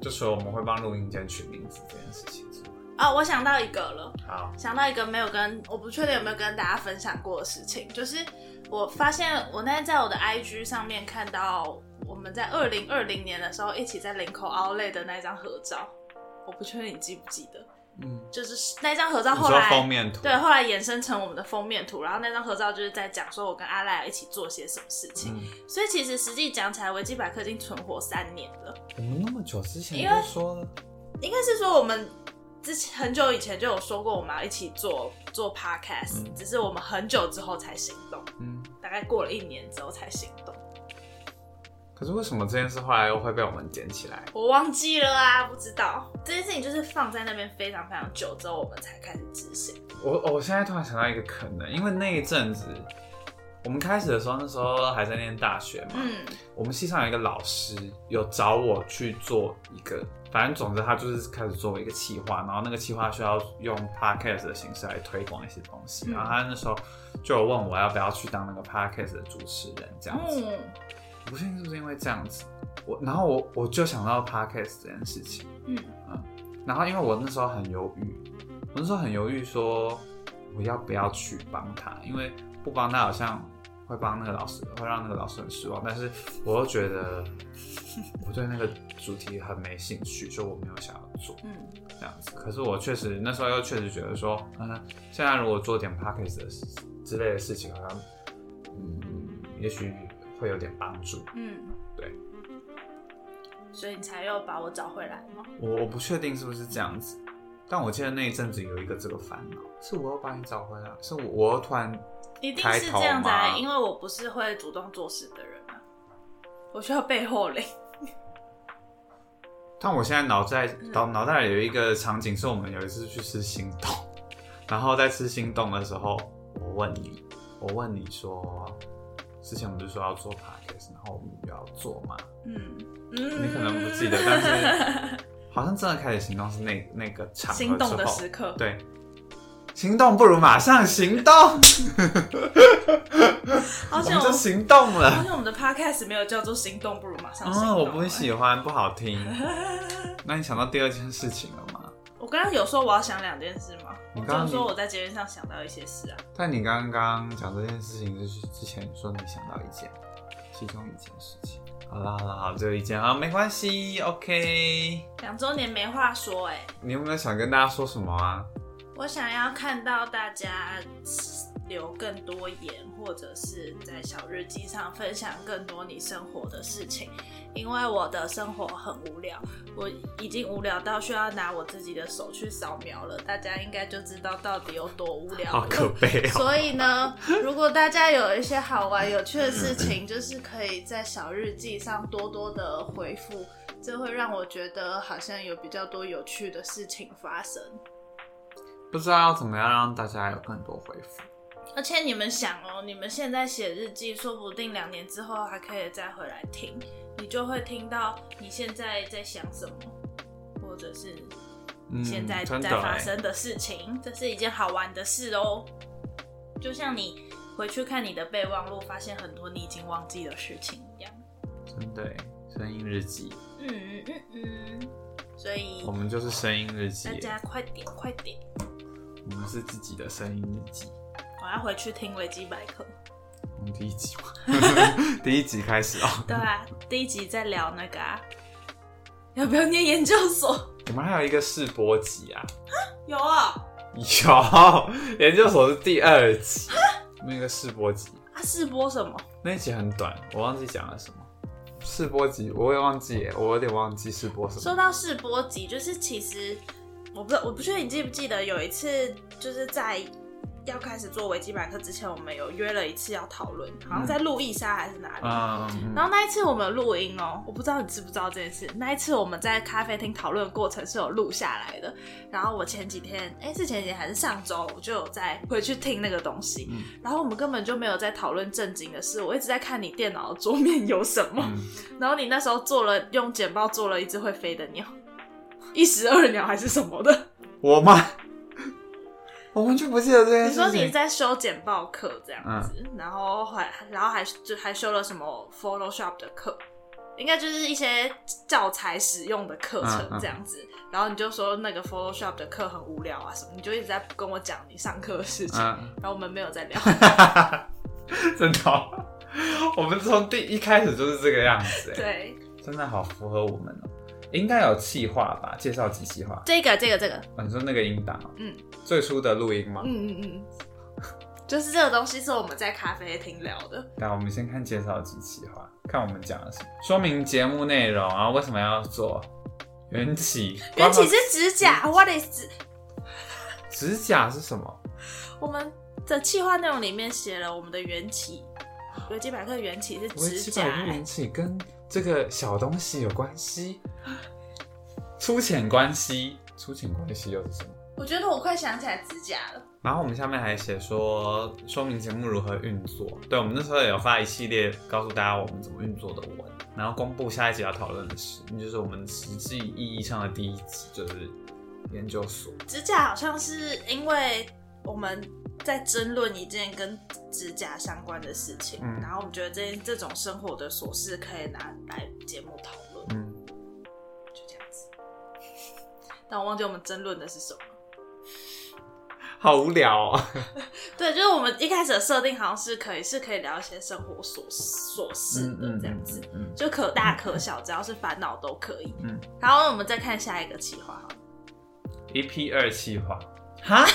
B: 就除了我们会帮录音间取名字这件事情之外，
A: 啊、我想到一个了，
B: 好，
A: 想到一个没有跟我不确定有没有跟大家分享过的事情，就是我发现我那天在我的 IG 上面看到我们在二零二零年的时候一起在林口 Outlet 的那张合照，我不确定你记不记得，
B: 嗯，
A: 就是那张合照
B: 你
A: 后
B: 说
A: 来
B: 封面图，
A: 对，后来衍生成我们的封面图，然后那张合照就是在讲说我跟阿赖尔一起做些什么事情，
B: 嗯，
A: 所以其实实际讲起来，维基百科已经存活三年了。
B: 我们嗯那么久之前
A: 因为
B: 就说了，
A: 应该是说我们之前很久以前就有说过我们要一起做做 podcast，、
B: 嗯
A: 只是我们很久之后才行动，
B: 嗯，
A: 大概过了一年之后才行动。
B: 可是为什么这件事后来又会被我们捡起来？
A: 我忘记了啊，不知道这件事情就是放在那边非常非常久之后，我们才开始执行。
B: 我我现在突然想到一个可能，因为那一阵子我们开始的时候，那时候还在念大学嘛，
A: 嗯
B: 我们系上有一个老师有找我去做一个反正总之他就是开始做一个企划，然后那个企划需要用 podcast 的形式来推广一些东西。
A: 嗯
B: 然后他那时候就有问我要不要去当那个 podcast 的主持人这样子。
A: 嗯
B: 我不确定是不是因为这样子，我然后我我就想到 podcast 这件事情。
A: 嗯
B: 然后因为我那时候很犹豫，我那时候很犹豫说我要不要去帮他，因为不帮他好像会帮那个老师，会让那个老师很失望。但是我又觉得嗯我对那个主题很没兴趣，所以我没有想要做
A: 嗯
B: 这样子。可是我确实那时候又确实觉得说，嗯，现在如果做点 p a c k a g e 的事之类的事情，好像嗯，也许会有点帮助。
A: 嗯，
B: 对，
A: 所以你才又把我找回来吗？
B: 我我不确定是不是这样子，但我记得那一阵子有一个这个烦恼，是我又把你找回来，是我我又突然
A: 一定
B: 开
A: 是
B: 头
A: 这样子啊，
B: 吗
A: 因为我不是会主动做事的人啊，我需要背后灵。
B: 但我现在脑袋
A: 嗯
B: 脑脑袋里有一个场景，是我们有一次去吃心动，然后在吃心动的时候，我问你，我问你说，之前我们就说要做 podcast，然后我们有要做嘛，
A: 嗯嗯，
B: 你可能不记得但是好像真的开始行动是那那个场合
A: 心动的
B: 之后
A: 时刻，，
B: 对，行动不如马上行动，
A: 好
B: 我
A: 像
B: 们
A: 我
B: 就行动了
A: 好。像我们的 podcast 没有叫做心动不如马上行动、
B: 嗯，我不会。喜欢，不好听。 那你想到第二件事情了吗？
A: 我刚刚有说我要想两件事吗？
B: 你
A: 我
B: 刚刚
A: 就说我在节目上想到一些事啊，
B: 但你刚刚讲这件事情，就是之前说你想到一件，其中一件事情。好啦好啦，好，只有一件啊，没关系，OK。
A: 两周年没话说哎、
B: 你有没有想跟大家说什么啊？
A: 我想要看到大家留更多言，或者是在小日记上分享更多你生活的事情，因为我的生活很无聊，我已经无聊到需要拿我自己的手去扫描了。大家应该就知道到底有多无聊了。
B: 好可悲哦、
A: 所以呢，如果大家有一些好玩有趣的事情，就是可以在小日记上多多的回复，这会让我觉得好像有比较多有趣的事情发生。
B: 不知道要怎么样让大家有更多回复。
A: 而且你们想哦，你们现在写日记，说不定两年之后还可以再回来听，你就会听到你现在在想什么，或者是
B: 嗯，
A: 现在
B: 真
A: 在
B: 的
A: 发
B: 欸
A: 生的事情，这是一件好玩的事哦。就像你回去看你的备忘录，发现很多你已经忘记的事情一样。
B: 真的欸声音日记，
A: 嗯嗯嗯，所以
B: 我们就是声音日记
A: 大
B: 欸，
A: 家快点快点，
B: 我们是自己的声音日记。
A: 我要回去听维基百科。
B: 我们第一集嘛， 第一集开始哦、
A: 对啊，第一集在聊那个啊，要不要念研究所？
B: 我们还有一个试播集啊，
A: 有啊、
B: 有 研究所是第二集， 那个试播集
A: 啊，试播什么？
B: 那一集很短，我忘记讲了什么。试播集我也忘记耶，我有点忘记试播什
A: 说
B: 么。
A: 到试播集，就是其实我不知道，我不确定你记不记得有一次，就是在要开始做维基百科之前，我们有约了一次要讨论，好像在路易莎还是哪里。
B: 嗯，嗯
A: 然后那一次我们有录音哦，我不知道你知不知道这件事。那一次我们在咖啡厅讨论的过程是有录下来的。然后我前几天，哎，是前几天还是上周，我就有在回去听那个东西。
B: 嗯
A: 然后我们根本就没有在讨论正经的事，我一直在看你电脑的桌面有什么。
B: 嗯
A: 然后你那时候做了用剪报做了一只会飞的鸟，一石二鸟还是什么的？
B: 我吗？ 我完全不记得这件
A: 你说
B: 事
A: 你
B: 情。
A: 在修剪报课这样子，
B: 嗯
A: 然后还然后还就还修了什么 Photoshop 的课，应该就是一些教材使用的课
B: 嗯嗯
A: 程这样子。然后你就说那个 Photoshop 的课很无聊啊什么，你就一直在跟我讲你上课的事情，
B: 嗯，
A: 然后我们没有在聊。
B: 真的哦、 我们从第一开始就是这个样子。，
A: 对，
B: 真的好符合我们哦、应该有企划吧？介绍及企划、
A: 这个这个这个，
B: 哦你说那个音档哦、
A: 嗯
B: 最初的录音吗？
A: 嗯嗯嗯，就是这个东西是我们在咖啡厅聊的。
B: 那我们先看介绍及企划，看我们讲了什么，说明节目内容，然后为什么要做缘起。
A: 缘起是指甲，What
B: 嗯
A: is 指？
B: 指甲是什么？
A: 我们的企划内容里面写了我们的缘起，维基百科缘起是
B: 维
A: 指
B: 基
A: 甲、
B: 百科缘起跟这个小东西有关系，粗浅关系，粗浅关系又是什么？
A: 我觉得我快想起来指甲了。
B: 然后我们下面还写说说明节目如何运作，对我们那时候也有发一系列告诉大家我们怎么运作的文，然后公布下一集要讨论的事，就是我们实际意义上的第一集，就是研究所。
A: 指甲好像是因为我们在争论一件跟指甲相关的事情，
B: 嗯
A: 然后我们觉得这这种生活的琐事可以拿来节目讨论，
B: 嗯，
A: 就这样子。但我忘记我们争论的是什么。
B: 好无聊、哦。
A: 对，就是我们一开始的设定好像是可以是可以聊一些生活琐琐事的这样子，
B: 嗯。嗯
A: 就可大可小，只要是烦恼都可以。
B: 嗯，
A: 然后我们再看下一个企划好了，
B: EP E 二企划，哈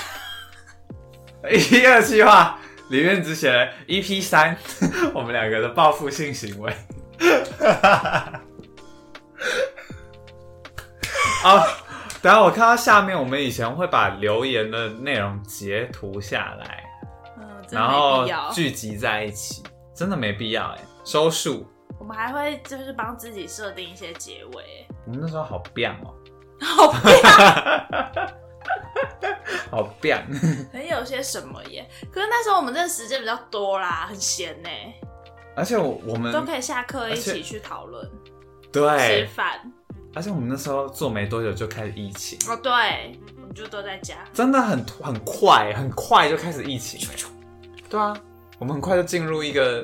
B: ，EP 二企划里面只写了 EP 三， 我们两个的报复性行为。 哦，等一下我看到下面，我们以前会把留言的内容截图下来，
A: 嗯，真
B: 然
A: 的
B: 后
A: 没必要。
B: 聚集在一起，真的没必要哎、收束，
A: 我们还会就是帮自己设定一些结尾，
B: 我们那时候好变哦、
A: 好不
B: 好变。
A: 很有些什么耶。可是那时候我们真的时间比较多啦，很闲呢，
B: 而且我我们
A: 都可以下课一
B: 而且
A: 起去讨论、吃
B: 嗯对，
A: 饭。
B: 而且我们那时候做没多久就开始疫情，
A: 哦，对，我们就都在家。
B: 真的很突很快，很快就开始疫情了。对啊，我们很快就进入一个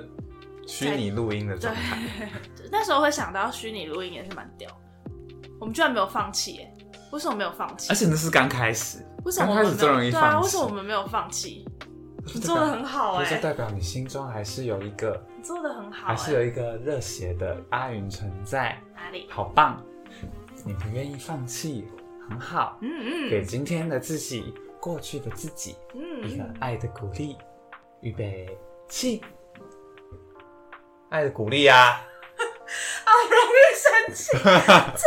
B: 虚拟录音的
A: 对
B: 状态。，
A: 那时候会想到虚拟录音也是蛮屌的，我们居然没有放弃耶。为什么没有放弃
B: 而？且那是刚开始，
A: 为什么我们
B: 刚开始
A: 没
B: 最
A: 有？
B: 容易
A: 对
B: 放
A: 啊，
B: 弃
A: 为什么我们没有放弃？你做的很好
B: 就
A: 哎、
B: 是代表你心中还是有一个，
A: 你做的很好哎、
B: 还是有一个热血的阿云存在，
A: 哪里？
B: 好棒！你不愿意放弃，很好，
A: 嗯
B: 给
A: 嗯
B: 今天的自己、过去的自己一个
A: 嗯，
B: 爱的鼓励。预备起，爱的鼓励啊！
A: 好容易生气，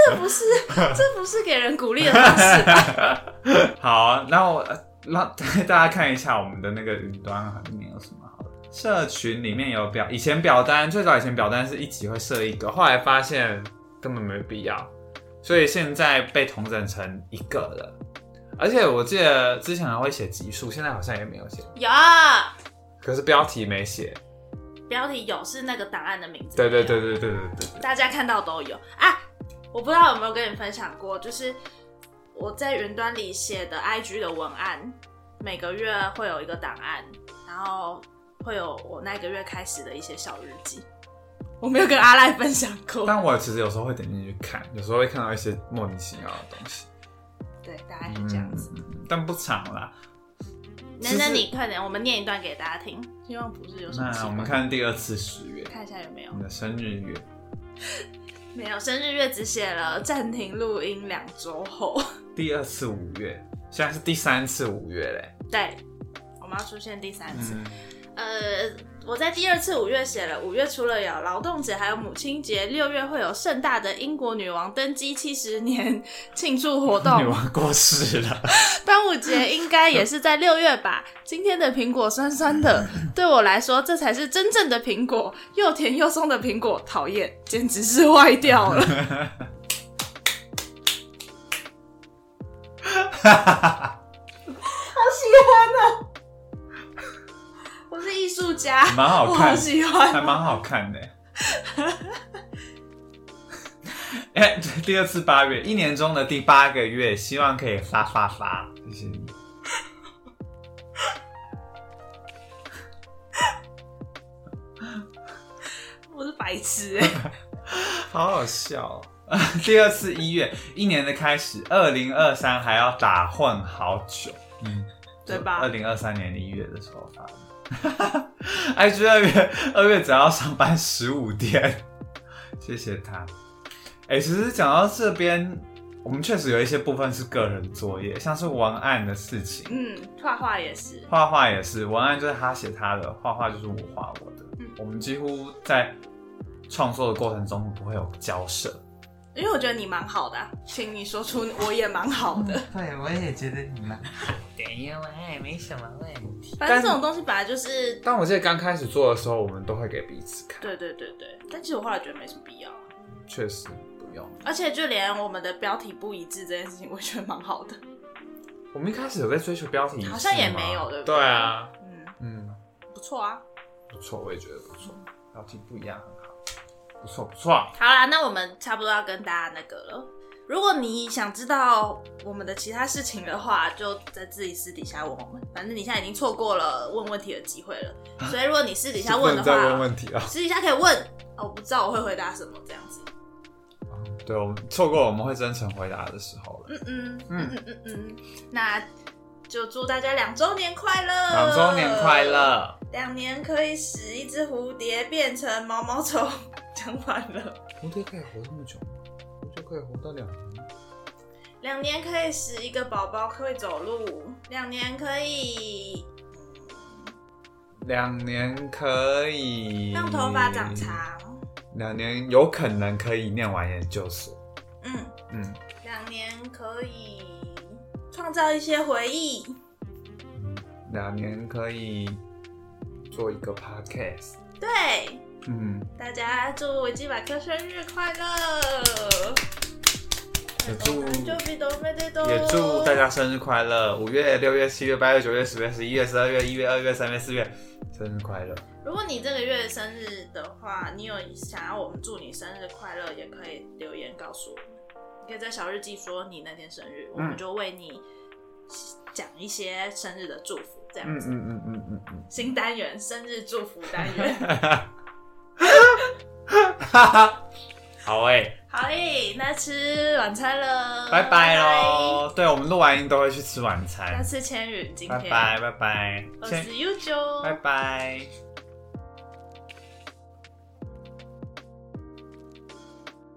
A: 这不是这不是给人鼓励的方式 吧？
B: 好，那 我呃让大家看一下我们的那个云端里面有什么好的。社群里面有表，以前表单最早以前表单是一集会设一个，后来发现根本没必要，所以现在被统整成一个了。而且我记得之前还会写集数，现在好像也没有写，
A: 有
B: 可是标题没写。
A: 标题有是那个档案的名字，
B: 对对对，对对对对对。
A: 大家看到都有啊。我不知道有没有跟你分享过，就是我在云端里写的 IG 的文案，每个月会有一个档案，然后会有我那个月开始的一些小日记。我没有跟阿赖分享过，
B: 但我其实有时候会点进去看，有时候会看到一些莫名其妙的东西，
A: 对，大概哎是这样子。
B: 嗯，嗯嗯但不长啦。
A: 那
B: 其实
A: 那你快点，我们念一段给大家听，希望不是有什么奇
B: 那
A: 怪。
B: 我们看第二次十月，
A: 看一下有没有
B: 你的生日月，
A: 没有生日月只写了暂停录音两周后，
B: 第二次五月，现在是第三次五月嘞。
A: 对，我们要出现第三次。
B: 嗯，
A: 呃，我在第二次五月写了，五月除了有劳动节，还有母亲节，六月会有盛大的英国女王登基七十年庆祝活
B: 女
A: 动，
B: 王过世了，
A: 端午节应该也是在六月吧。今天的苹果酸酸的，对我来说这才是真正的苹果，又甜又松的苹果，讨厌，简直是坏掉了。啊我是艺术家，
B: 蛮好
A: 我好
B: 看，
A: 喜欢
B: 还
A: 哦。
B: 蛮好看的。 哎、第二次八月，一年中的第八个月，希望可以发发发，谢谢你。
A: 我是白痴哎、
B: 好好笑、 哦。第二次一月，一年的开始，二零二三还要打混好久，嗯，
A: 对吧
B: 二零二三年一月的时候发的。IG 二月二月只要上班十五天， 谢谢他。哎、其实讲到这边，我们确实有一些部分是个人作业，像是文案的事情，
A: 嗯，画画也是，
B: 画画也是，文案就是他写他的，画画就是我画我的。
A: 嗯
B: 我们几乎在创作的过程中不会有交涉。
A: 因为我觉得你蛮好的啊、请你说出我也蛮好的。
B: 嗯对，我也觉得你们点烟文也没什么问题。
A: 反正这种东西本来就是，
B: 但我记得刚开始做的时候，我们都会给彼此看，
A: 对对对对。但其实我后来觉得没什么必要啊，
B: 确实不用。
A: 而且就连我们的标题不一致这件事情，我也觉得蛮好的。
B: 我们一开始有在追求标题一致吗，
A: 好像也没有，对不对？
D: 对，啊，
A: 嗯，
B: 嗯，
A: 不错啊。
B: 不错，我也觉得不错，标题不一样很好，不错不错。
A: 好啦，那我们差不多要跟大家那个了。如果你想知道我们的其他事情的话，就在自己私底下问我们。反正你现在已经错过了问问题的机会 了，所以如果你私底下问的
B: 不能再
A: 话，
B: 问问题啊！
A: 私底下可以问哦，我不知道我会回答什么这样子。
B: 对，我们错过我们会真诚回答的时候了。
A: 嗯嗯嗯嗯嗯嗯，那就祝大家两周年快乐！
B: 两周年快！乐！
A: 两年可以使一只蝴蝶变成毛毛虫，讲完了。
B: 蝴蝶哦可以活这么久吗？蝴蝶可以活到两年？
A: 两年可以使一个宝宝会走路，两年可以
B: 两年可以
A: 让头发长。长，
B: 两年有可能可以念完研究所。
A: 嗯，
B: 嗯，
A: 两年可以创造一些回忆，
B: 两年可以做一个 podcast。
A: 对。
B: 嗯，
A: 大家祝维基百科生日快乐！
B: 也祝也
A: 也
B: 祝大家生日快乐！五月、六月、七月、八月、九月、十月、十一月、十二月、一月、二月、三月、四月，生日快 乐！
A: 如果你这个月生日的话，你有想要我们祝你生日快乐，也可以留言告诉我们。你可以在小日记说你那天生日，我们嗯就为你讲一些生日的祝福，这样
B: 嗯
A: 子。
B: 嗯嗯嗯嗯嗯。
A: 新单元生日祝福单 元。
D: 好哎、
A: 好诶，那吃晚餐了，
B: 欸拜拜。喽！对，我们录完音都会去吃晚
A: 那
B: 餐。
A: 吃千云，今
B: 拜
A: 天
B: 拜拜拜，
A: 我
B: 先
A: 是 U 九，
B: 拜拜。